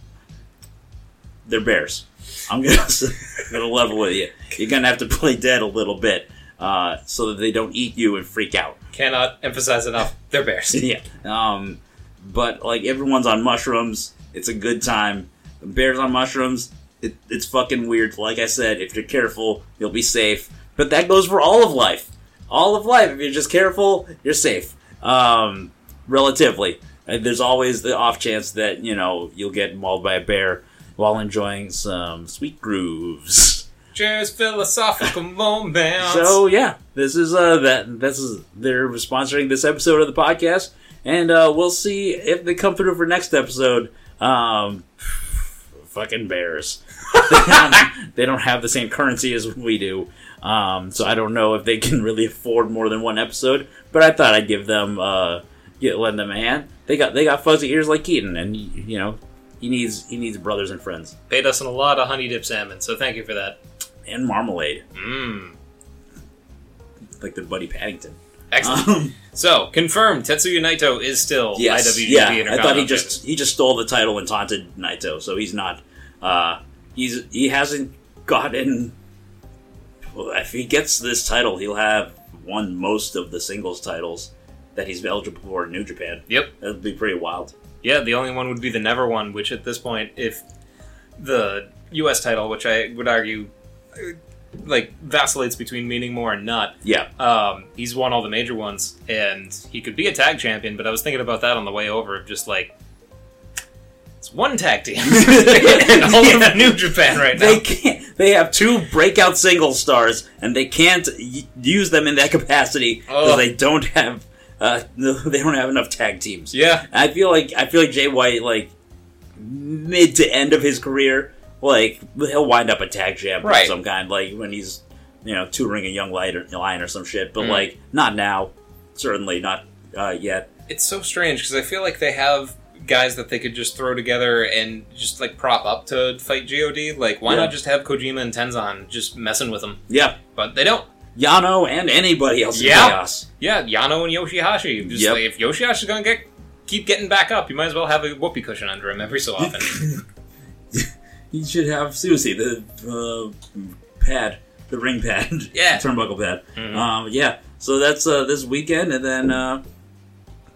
they're bears. I'm gonna, I'm gonna level with you. You're gonna have to play dead a little bit uh, so that they don't eat you and freak out. Cannot emphasize enough. They're bears. yeah. Um, but like everyone's on mushrooms. It's a good time. Bears on mushrooms. It, it's fucking weird. Like I said, if you're careful, you'll be safe. But that goes for all of life. All of life. If you're just careful, you're safe. Um, relatively. Uh, There's always the off chance that you know you'll get mauled by a bear while enjoying some sweet grooves. Cheers, philosophical moments. So yeah, this is uh that this is they're sponsoring this episode of the podcast, and uh, we'll see if they come through for next episode. Um, fucking bears. they don't have the same currency as we do, um, so I don't know if they can really afford more than one episode. But I thought I'd give them uh, get lend them a hand. They got they got fuzzy ears like Keaton, and you know he needs he needs brothers and friends paid us in a lot of honey dip salmon, so thank you for that. and marmalade Mmm. like the Buddy Paddington. Excellent. Um, so, confirmed, Tetsuya Naito is still Yes, IWGP yeah. Intercontinental I thought he Champion. just he just stole the title and taunted Naito, so he's not. Uh, he's he hasn't gotten. Well, if he gets this title, he'll have won most of the singles titles that he's eligible for in New Japan. Yep. That'd be pretty wild. Yeah, the only one would be the never one, which at this point, if the U.S. title, which I would argue, uh, like vacillates between meaning more and not, Yeah, um, he's won all the major ones, and he could be a tag champion. But I was thinking about that on the way over, of just like it's one tag team in all Yeah. of New Japan right now. they can't. They have two breakout single stars, and they can't y- use them in that capacity because Ugh. they don't have. Uh, they don't have enough tag teams. yeah, I feel like I feel like Jay White, like mid to end of his career, like he'll wind up a tag champ Right. of some kind, like when he's you know touring a young lion or, lion or some shit. But Mm. like not now, certainly not uh, yet. it's so strange because I feel like they have guys that they could just throw together and just like prop up to fight God. Like, why Yeah. not just have Kojima and Tenzan just messing with them? Yeah, But they don't. Yano and anybody else in Yeah. chaos. Yeah, Yano and Yoshihashi. Just Yep. like, if Yoshihashi's gonna get keep getting back up, you might as well have a whoopee cushion under him every so often. You should have Susie the uh, pad, the ring pad, Yeah. turnbuckle pad. Mhm. Um, yeah. So that's uh, this weekend, and then uh,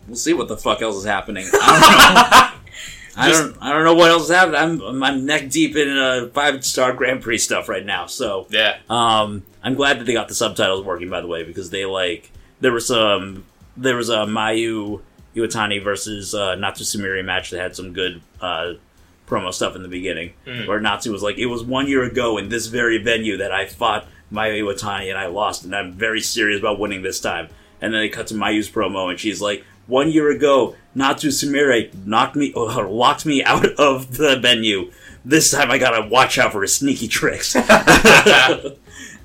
we'll see what the fuck else is happening. I don't know. I Just- don't. I don't know what else is happening. I'm I'm- I'm neck deep in uh, five star Grand Prix stuff right now. So yeah. um, I'm glad that they got the subtitles working, by the way, because they like there was some there was a Mayu Iwatani versus uh, Natsu Sumiri match that had some good uh, promo stuff in the beginning, Mm. where Natsu was like, "It was one year ago in this very venue that I fought Mayu Iwatani and I lost, and I'm very serious about winning this time." And then they cut to Mayu's promo, and she's like, "One year ago, Natsu Sumire knocked me, or locked me out of the venue. This time, I gotta watch out for his sneaky tricks." it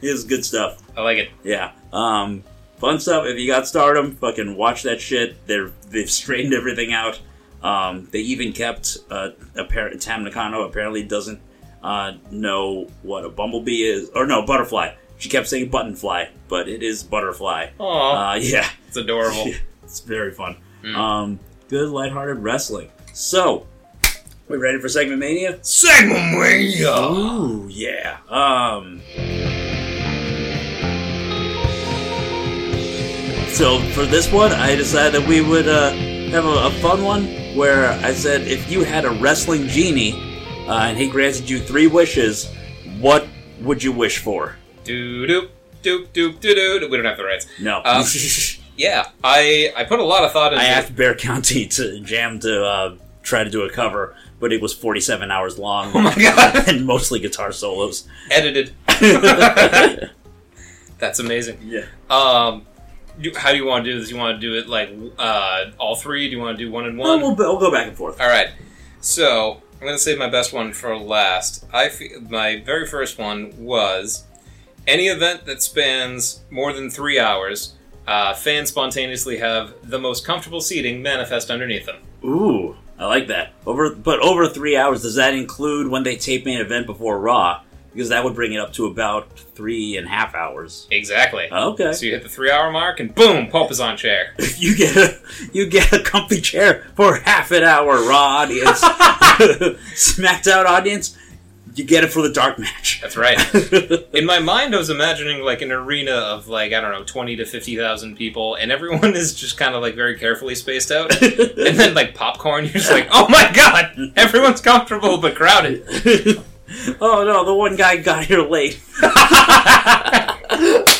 was good stuff. I like it. Yeah, um, fun stuff. If you got Stardom, fucking watch that shit. They're they've straightened everything out. Um, they even kept uh, apparent Tam Nakano apparently doesn't uh, know what a bumblebee is, or no butterfly. She kept saying buttonfly, but it is butterfly. Aw, Uh, yeah. it's adorable. it's very fun. Oh. Mm. Um, good lighthearted wrestling. So, we ready for segment mania? Segment Mania! Ooh, Oh, yeah. Um. So for this one, I decided that we would uh, have a, a fun one where I said, if you had a wrestling genie uh, and he granted you three wishes, what would you wish for? Doo doop, doop, doop, doo doo. We don't have the rights. No. Um, yeah, I I put a lot of thought into I asked Bear County to jam to uh, try to do a cover, but it was 47 hours long. Oh my God. and mostly guitar solos. edited. yeah. That's amazing. Um, do, how do you want to do this? You want to do it like uh, all three? Do you want to do one and Oh, Well, we'll, one? we'll go back and forth. All right. So I'm gonna save my best one for last. I fe- my very first one was any event that spans more than three hours. Uh, fans spontaneously have the most comfortable seating manifest underneath them. Ooh, I like that. Over, But over three hours, does that include when they tape an event before Raw? Because that would bring it up to about three and a half hours. Exactly. Okay. So you hit the three-hour mark, and boom, Pope is on chair. You get a you get a comfy chair for half an hour, Raw audience, SmackDown audience. You get it for the dark match. That's right. In my mind, I was imagining like an arena of like I don't know twenty to fifty thousand people, and everyone is just kind of like very carefully spaced out, and then like popcorn. You're just like, oh my god, everyone's comfortable but crowded. oh no, the one guy got here late.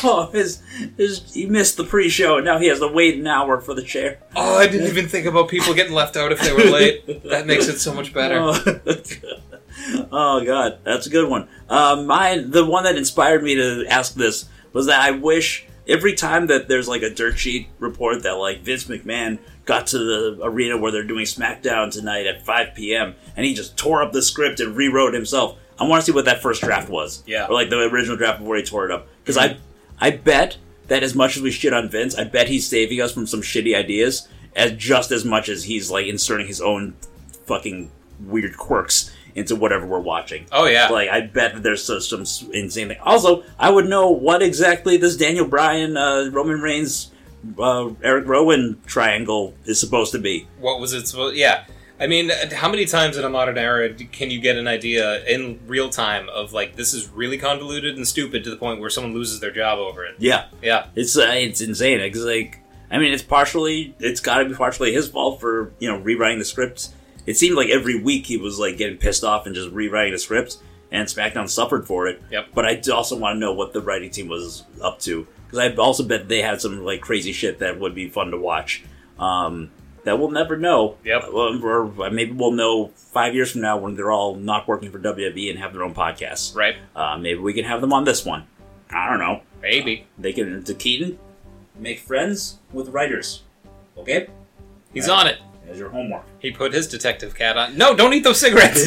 oh, his, his, he missed the pre-show, and now he has to wait an hour for the chair. Oh, I didn't even think about people getting left out if they were late. That makes it so much better. Oh, oh, god, that's a good one. Um, mine, the one that inspired me to ask this was that I wish every time that there's like a dirt sheet report that like Vince McMahon got to the arena where they're doing SmackDown tonight at 5 p.m. and he just tore up the script and rewrote himself. I want to see what that first draft was. Yeah. Mm-hmm. Or like the original draft before he tore it up. Because I, I bet that as much as we shit on Vince, I bet he's saving us from some shitty ideas as just as much as he's like inserting his own fucking weird quirks into whatever we're watching. Oh yeah. Like I bet that there's so- some, s insane thing. Also, I would know what exactly this Daniel Bryan, uh, Roman Reigns, uh, Eric Rowan triangle is supposed to be. what was it supposed? Yeah, I mean, uh, how many times in a modern era d- can you get an idea in real time of like this is really convoluted and stupid to the point where someone loses their job over it? Yeah, Yeah, it's uh, it's insane. It's like I mean, it's partially it's got to be partially his fault for you know rewriting the script. It seemed like every week he was like getting pissed off and just rewriting the script, and SmackDown suffered for it. Yep. But I do also want to know what the writing team was up to because I also bet they had some like crazy shit that would be fun to watch. Um, that we'll never know. Yep. Um, Or maybe we'll know five years from now when they're all not working for WWE and have their own podcasts. right. Uh, maybe we can have them on this one. I don't know. Maybe They can into Keaton. Make friends with writers. Okay? he's on it. As your homework. He put his detective cat on. No, don't eat those cigarettes.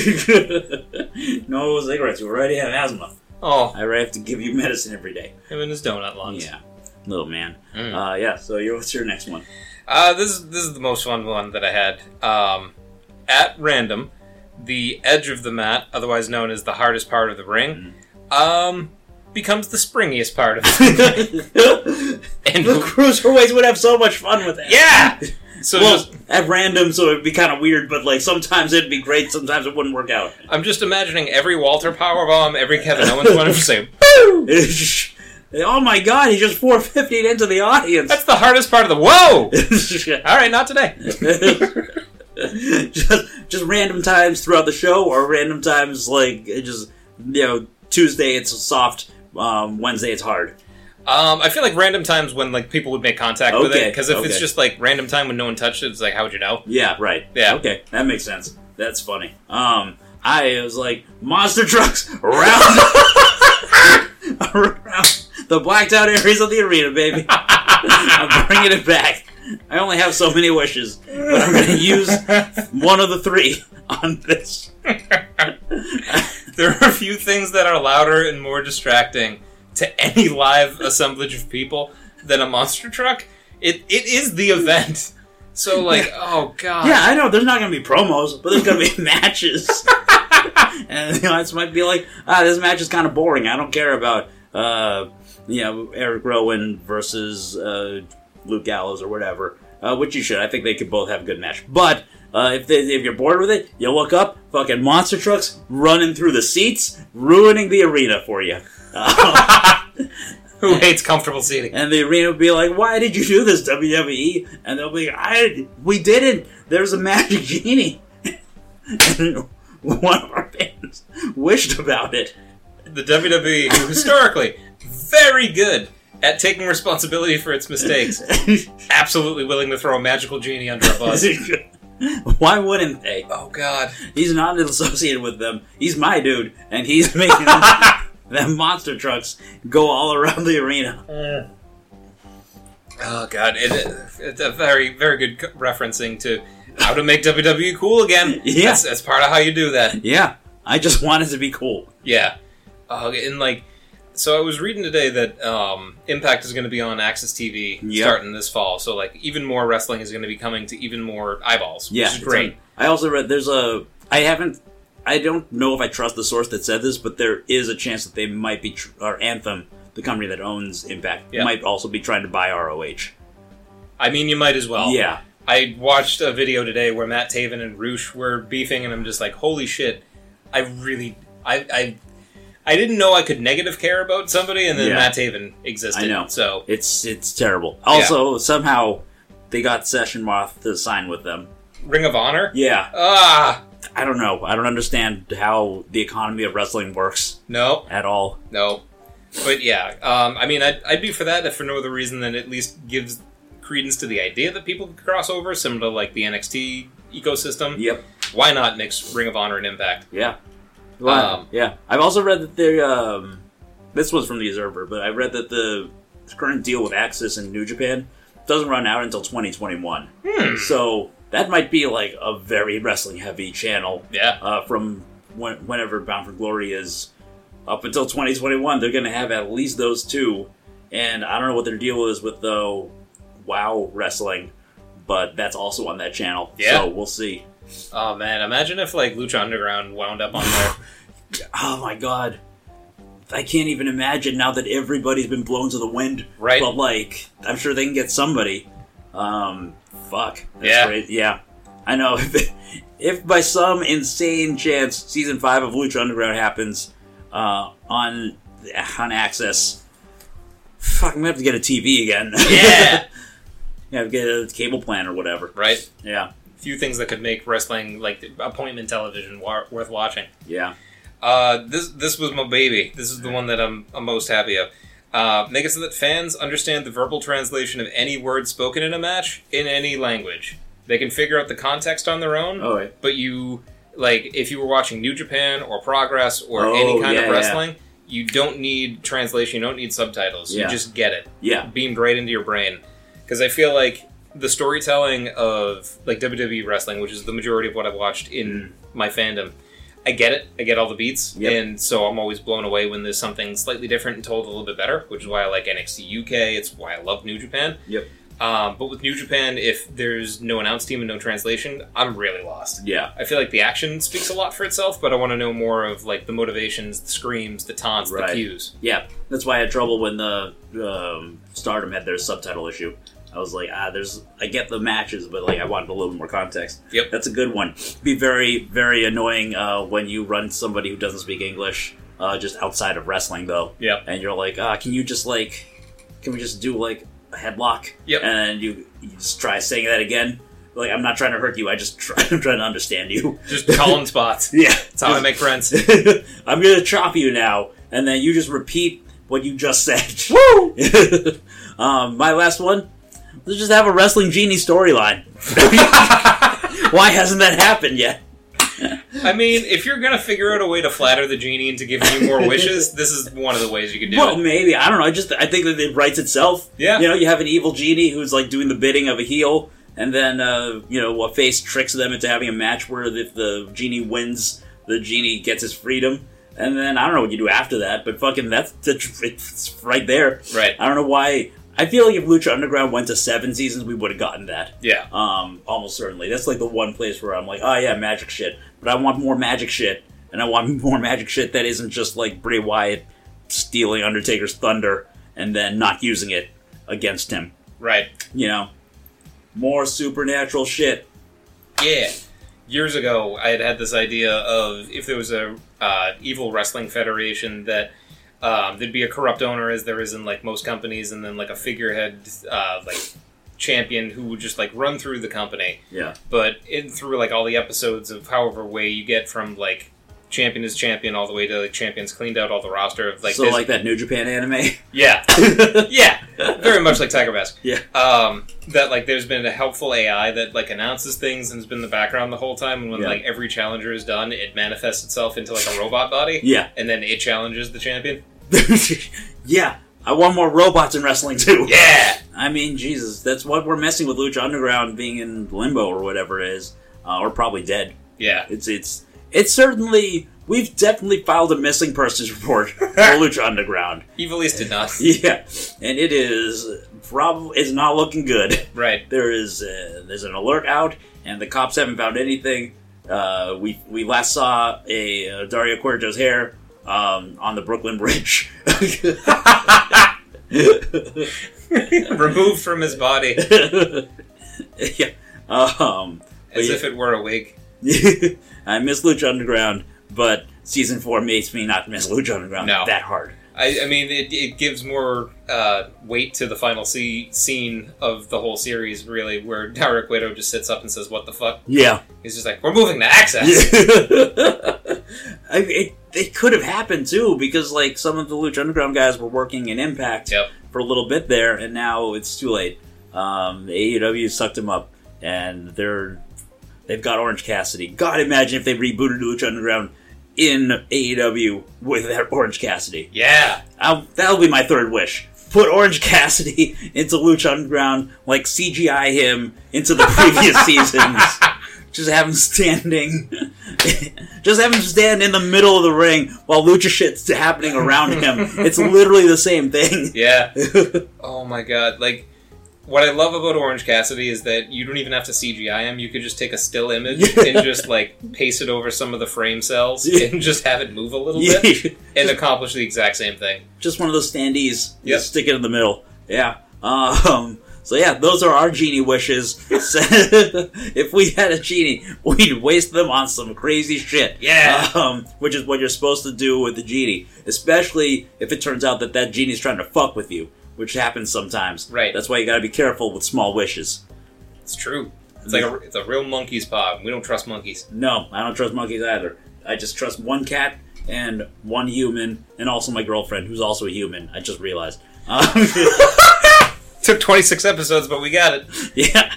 no cigarettes. You already have asthma. oh, I already have to give you medicine every day. him and his donut lungs. Yeah. Little man. Mm. Uh, yeah, so you what's your next one? Uh, this is this is the most fun one that I had. Um, at random, the edge of the mat, otherwise known as the hardest part of the ring, Mm-hmm. um, becomes the springiest part of it. the and cruiserweights would have so much fun with that. yeah, so well, just- at random, so it'd be kind of weird, but like sometimes it'd be great, sometimes it wouldn't work out. I'm just imagining every Walter Powerbomb, every Kevin Owens one, I'm just saying, oh my god, he just 450 into the audience. that's the hardest part of the. Whoa! All right, not today. just just random times throughout the show, or random times like it just you know Tuesday it's soft, um, Wednesday it's hard. Um, I feel like random times when like people would make contact with it Okay, because if it's okay. just like random time when no one touched it, it's like how would you know? Yeah, right. Yeah. okay, that makes sense. That's funny. Um, I was like monster trucks around around the blacked out areas of the arena, baby. I'm bringing it back. I only have so many wishes, but I'm going to use one of the three on this. There are a few things that are louder and more distracting to any live assemblage of people than a monster truck. It it is the event. So like, oh god, Yeah, I know. There's not going to be promos, but there's going to be matches. and the audience might be like, ah, this match is kind of boring. I don't care about, uh, you know, Eric Rowan versus uh, Luke Gallows or whatever. Uh, which you should. I think they could both have a good match. But uh, if they, if you're bored with it, you look up fucking monster trucks running through the seats, ruining the arena for you. who hates comfortable seating? And the arena would be like, "Why did you do this, WWE?" And they'll be, "I, we didn't. There's a magic genie." and one of our fans wished about it. The WWE, who historically very good at taking responsibility for its mistakes, absolutely willing to throw a magical genie under a bus. Why wouldn't they? Oh god. He's not associated with them. He's my dude, and he's making them monster trucks go all around the arena. Oh god, it, it's a very very good co- referencing to how to make WWE cool again. Yeah. that's, that's part of how you do that. Yeah, I just wanted to be cool. Yeah, uh, and like, so I was reading today that um, Impact is going to be on Access TV Yeah. starting this fall. So like, even more wrestling is going to be coming to even more eyeballs, which Yeah, is it's great. on- I also read there's a I haven't I don't know if I trust the source that said this, but there is a chance that they might be tr- or Anthem, the company that owns Impact, Yeah. might also be trying to buy ROH. I mean, you might as well. Yeah, I watched a video today where Matt Taven and Roosh were beefing, and I'm just like, holy shit! I really, I, I I didn't know I could negative care about somebody, and then Yeah. Matt Taven existed. I know. So It's it's terrible. Also, somehow they got Session Moth to sign with them. Ring of Honor. Yeah, Ah, I don't know. I don't understand how the economy of wrestling works no, at all. no. But yeah, um, I mean, I'd, I'd be for that if for no other reason than it at least gives credence to the idea that people could cross over, similar to like the NXT ecosystem. Yep. Why not mix Ring of Honor and Impact? Yeah. Wow. Um, yeah. I've also read that they're. Um, this was from the Observer, but I read that the current deal with Axis and New Japan doesn't run out until 2021. Hmm. So that might be like a very wrestling heavy channel Yeah. uh, from when, whenever Bound for Glory is up until 2021. They're going to have at least those two, and I don't know what their deal is with the Wow Wrestling, but that's also on that channel. Yeah. So we'll see. Oh man, imagine if like Lucha Underground wound up on there. Oh my god. I can't even imagine now that everybody's been blown to the wind. Right. But like, I'm sure they can get somebody. Um, fuck. That's Yeah. great. Yeah. I know. If, if by some insane chance season five of Lucha Underground happens uh, on on Access, fuck, I'm gonna have to get a TV again. yeah. yeah, get a cable plan or whatever. Right. Yeah. Few things that could make wrestling like appointment television wa- worth watching. Yeah. Uh, this this was my baby. This is the one that I'm, I'm most happy of. Uh, make it so that fans understand the verbal translation of any word spoken in a match in any language. They can figure out the context on their own. All right. But you like if you were watching New Japan or Progress or Oh, any kind yeah, of yeah. wrestling, you don't need translation. You don't need subtitles. Yeah. You just get it Yeah. beamed right into your brain because I feel like the storytelling of like WWE wrestling, which is the majority of what I've watched in my fandom, I get it. I get all the beats, Mm. Yep. and so I'm always blown away when there's something slightly different and told a little bit better, which is why I like NXT UK. It's why I love New Japan. Yep. Um, but with New Japan, if there's no announce team and no translation, I'm really lost. Yeah. I feel like the action speaks a lot for itself, but I want to know more of like the motivations, the screams, the taunts, Right. the cues. Yeah, that's why I had trouble when the um, Stardom had their subtitle issue. I was like, ah, there's. I get the matches, but like, I wanted a little more context. Yep. that's a good one. Be very, very annoying uh, when you run somebody who doesn't speak English, uh, just outside of wrestling though, Yep. and you're like, ah, can you just like, can we just do like a headlock? Yep. And you, you just try saying that again. Like, I'm not trying to hurt you. I just try, I'm trying to understand you. Just calling spots. Yeah, That's how I make friends. I'm gonna chop you now, and then you just repeat what you just said. Woo! um, my last one. Let's just have a wrestling genie storyline. Why hasn't that happened yet? I mean, if you're gonna figure out a way to flatter the genie into giving you more wishes, this is one of the ways you can do Well, it. maybe I don't know. I just I think that it writes itself. Yeah. you know, you have an evil genie who's like doing the bidding of a heel, and then uh, you know a face tricks them into having a match where if the genie wins, the genie gets his freedom, and then I don't know what you do after that, but fucking that's the tr- it's right there. Right? I don't know why. I feel like if Lucha Underground went to seven seasons, we would have gotten that. Yeah. Um, almost certainly. That's like the one place where I'm like, oh yeah, magic shit. But I want more magic shit, and I want more magic shit that isn't just like Bray Wyatt stealing Undertaker's thunder and then not using it against him. Right. You know, more supernatural shit. Yeah. Years ago, I had had this idea of if there was a uh, evil wrestling federation that um, there'd be a corrupt owner, as there is in like most companies, and then like a figurehead uh, like champion who would just like run through the company. Yeah. but in through like all the episodes of however way you get from like champion is champion all the way to like champions cleaned out all the roster of like so this- like that New Japan anime. yeah yeah very much like tiger mask Yeah. um that like there's been a helpful ai that like announces things and has been in the background the whole time and when Yeah. like every challenger is done it manifests itself into like a robot body yeah. and then it challenges the champion yeah. I want more robots in wrestling too. yeah I mean, Jesus, that's what we're messing with Lucha Underground being in limbo or whatever it is, uh, or probably dead. yeah It's it's it's certainly we've definitely filed a missing persons report for Lucha Underground. evilise did not Yeah, and it is probably it's not looking good. right There is uh, there's an alert out, and the cops haven't found anything. Uh, we we last saw a uh, Dario Cuerto's hair um, on the Brooklyn Bridge. removed from his body yeah. Um, as yeah. if it were a wig I miss Lucha Underground, but season four makes me not miss Lucha Underground No. that hard. I, I mean, it, it gives more uh, weight to the final se- scene of the whole series, really, where Dario Cueto just sits up and says, "What the fuck?" Yeah. He's just like, "We're moving to access." I, it, it could have happened too because like some of the Lucha Underground guys were working in Impact Yep. for a little bit there, and now it's too late. Um, AEW sucked him up, and they're they've got Orange Cassidy. God, imagine if they rebooted Lucha Underground in AEW with that Orange Cassidy. Yeah, I'll, that'll be my third wish. Put Orange Cassidy into Lucha Underground, like CGI him into the previous seasons. Just have him standing. Just have him stand in the middle of the ring while Lucha shit's happening around him. It's literally the same thing. yeah. oh my god! Like, what I love about Orange Cassidy is that you don't even have to CGI him. You could just take a still image and just like paste it over some of the frame cells Yeah. and just have it move a little bit and accomplish the exact same thing. Just one of those standees. Yep. Just stick it in the middle. Yeah. Um. So yeah, those are our genie wishes. if we had a genie, we'd waste them on some crazy shit. Yeah. um, which is what you're supposed to do with the genie, especially if it turns out that that genie's trying to fuck with you, which happens sometimes. Right. That's why you got to be careful with small wishes. It's true. It's like a, it's a real monkey's paw. We don't trust monkeys. No, I don't trust monkeys either. I just trust one cat and one human, and also my girlfriend, who's also a human. I just realized. Um, Took 26 episodes, but we got it. yeah,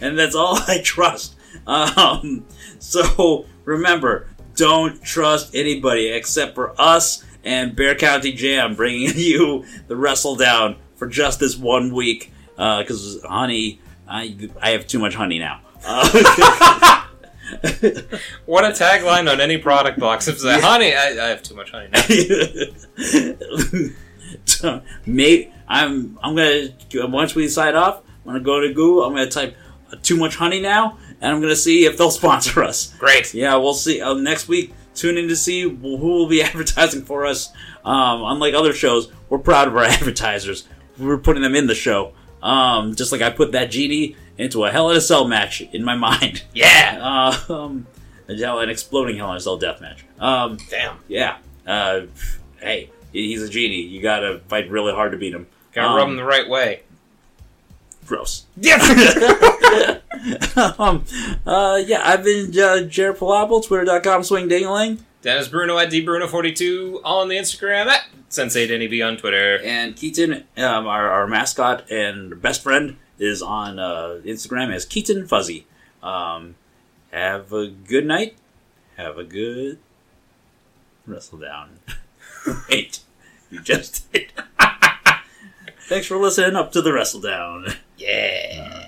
and that's all I trust. Um, so remember, don't trust anybody except for us and Bear County Jam bringing you the Wrestle Down for just this one week. Because honey, I I have too much honey now. Uh, What a tagline on any product box. It's like, honey, I, I have too much honey now. So, mate, I'm I'm gonna once we sign off, I'm gonna go to Google. I'm gonna type too much honey now, and I'm gonna see if they'll sponsor us. Great. Yeah, we'll see. Uh, next week, tune in to see who will be advertising for us. Um, unlike other shows, we're proud of our advertisers. We're putting them in the show. Um, just like I put that genie into a Hell in a Cell match in my mind. Yeah. Uh, um, an exploding Hell in a Cell death match. Um, Damn. yeah. Uh, hey, he's a genie. You gotta fight really hard to beat him. Gotta Um, rub them the right way. Gross. Yeah. um, uh, yeah, I've been uh, Jared Palabel, twitter.com swing dingling. Dennis Bruno at DBruno42 on the Instagram at Sensei Denny B on Twitter. And Keaton, um, our, our mascot and best friend, is on uh, Instagram as Keaton Fuzzy. Um, have a good night. Have a good wrestle down. Wait, you just did. Thanks for listening up to the wrestle down. Yeah.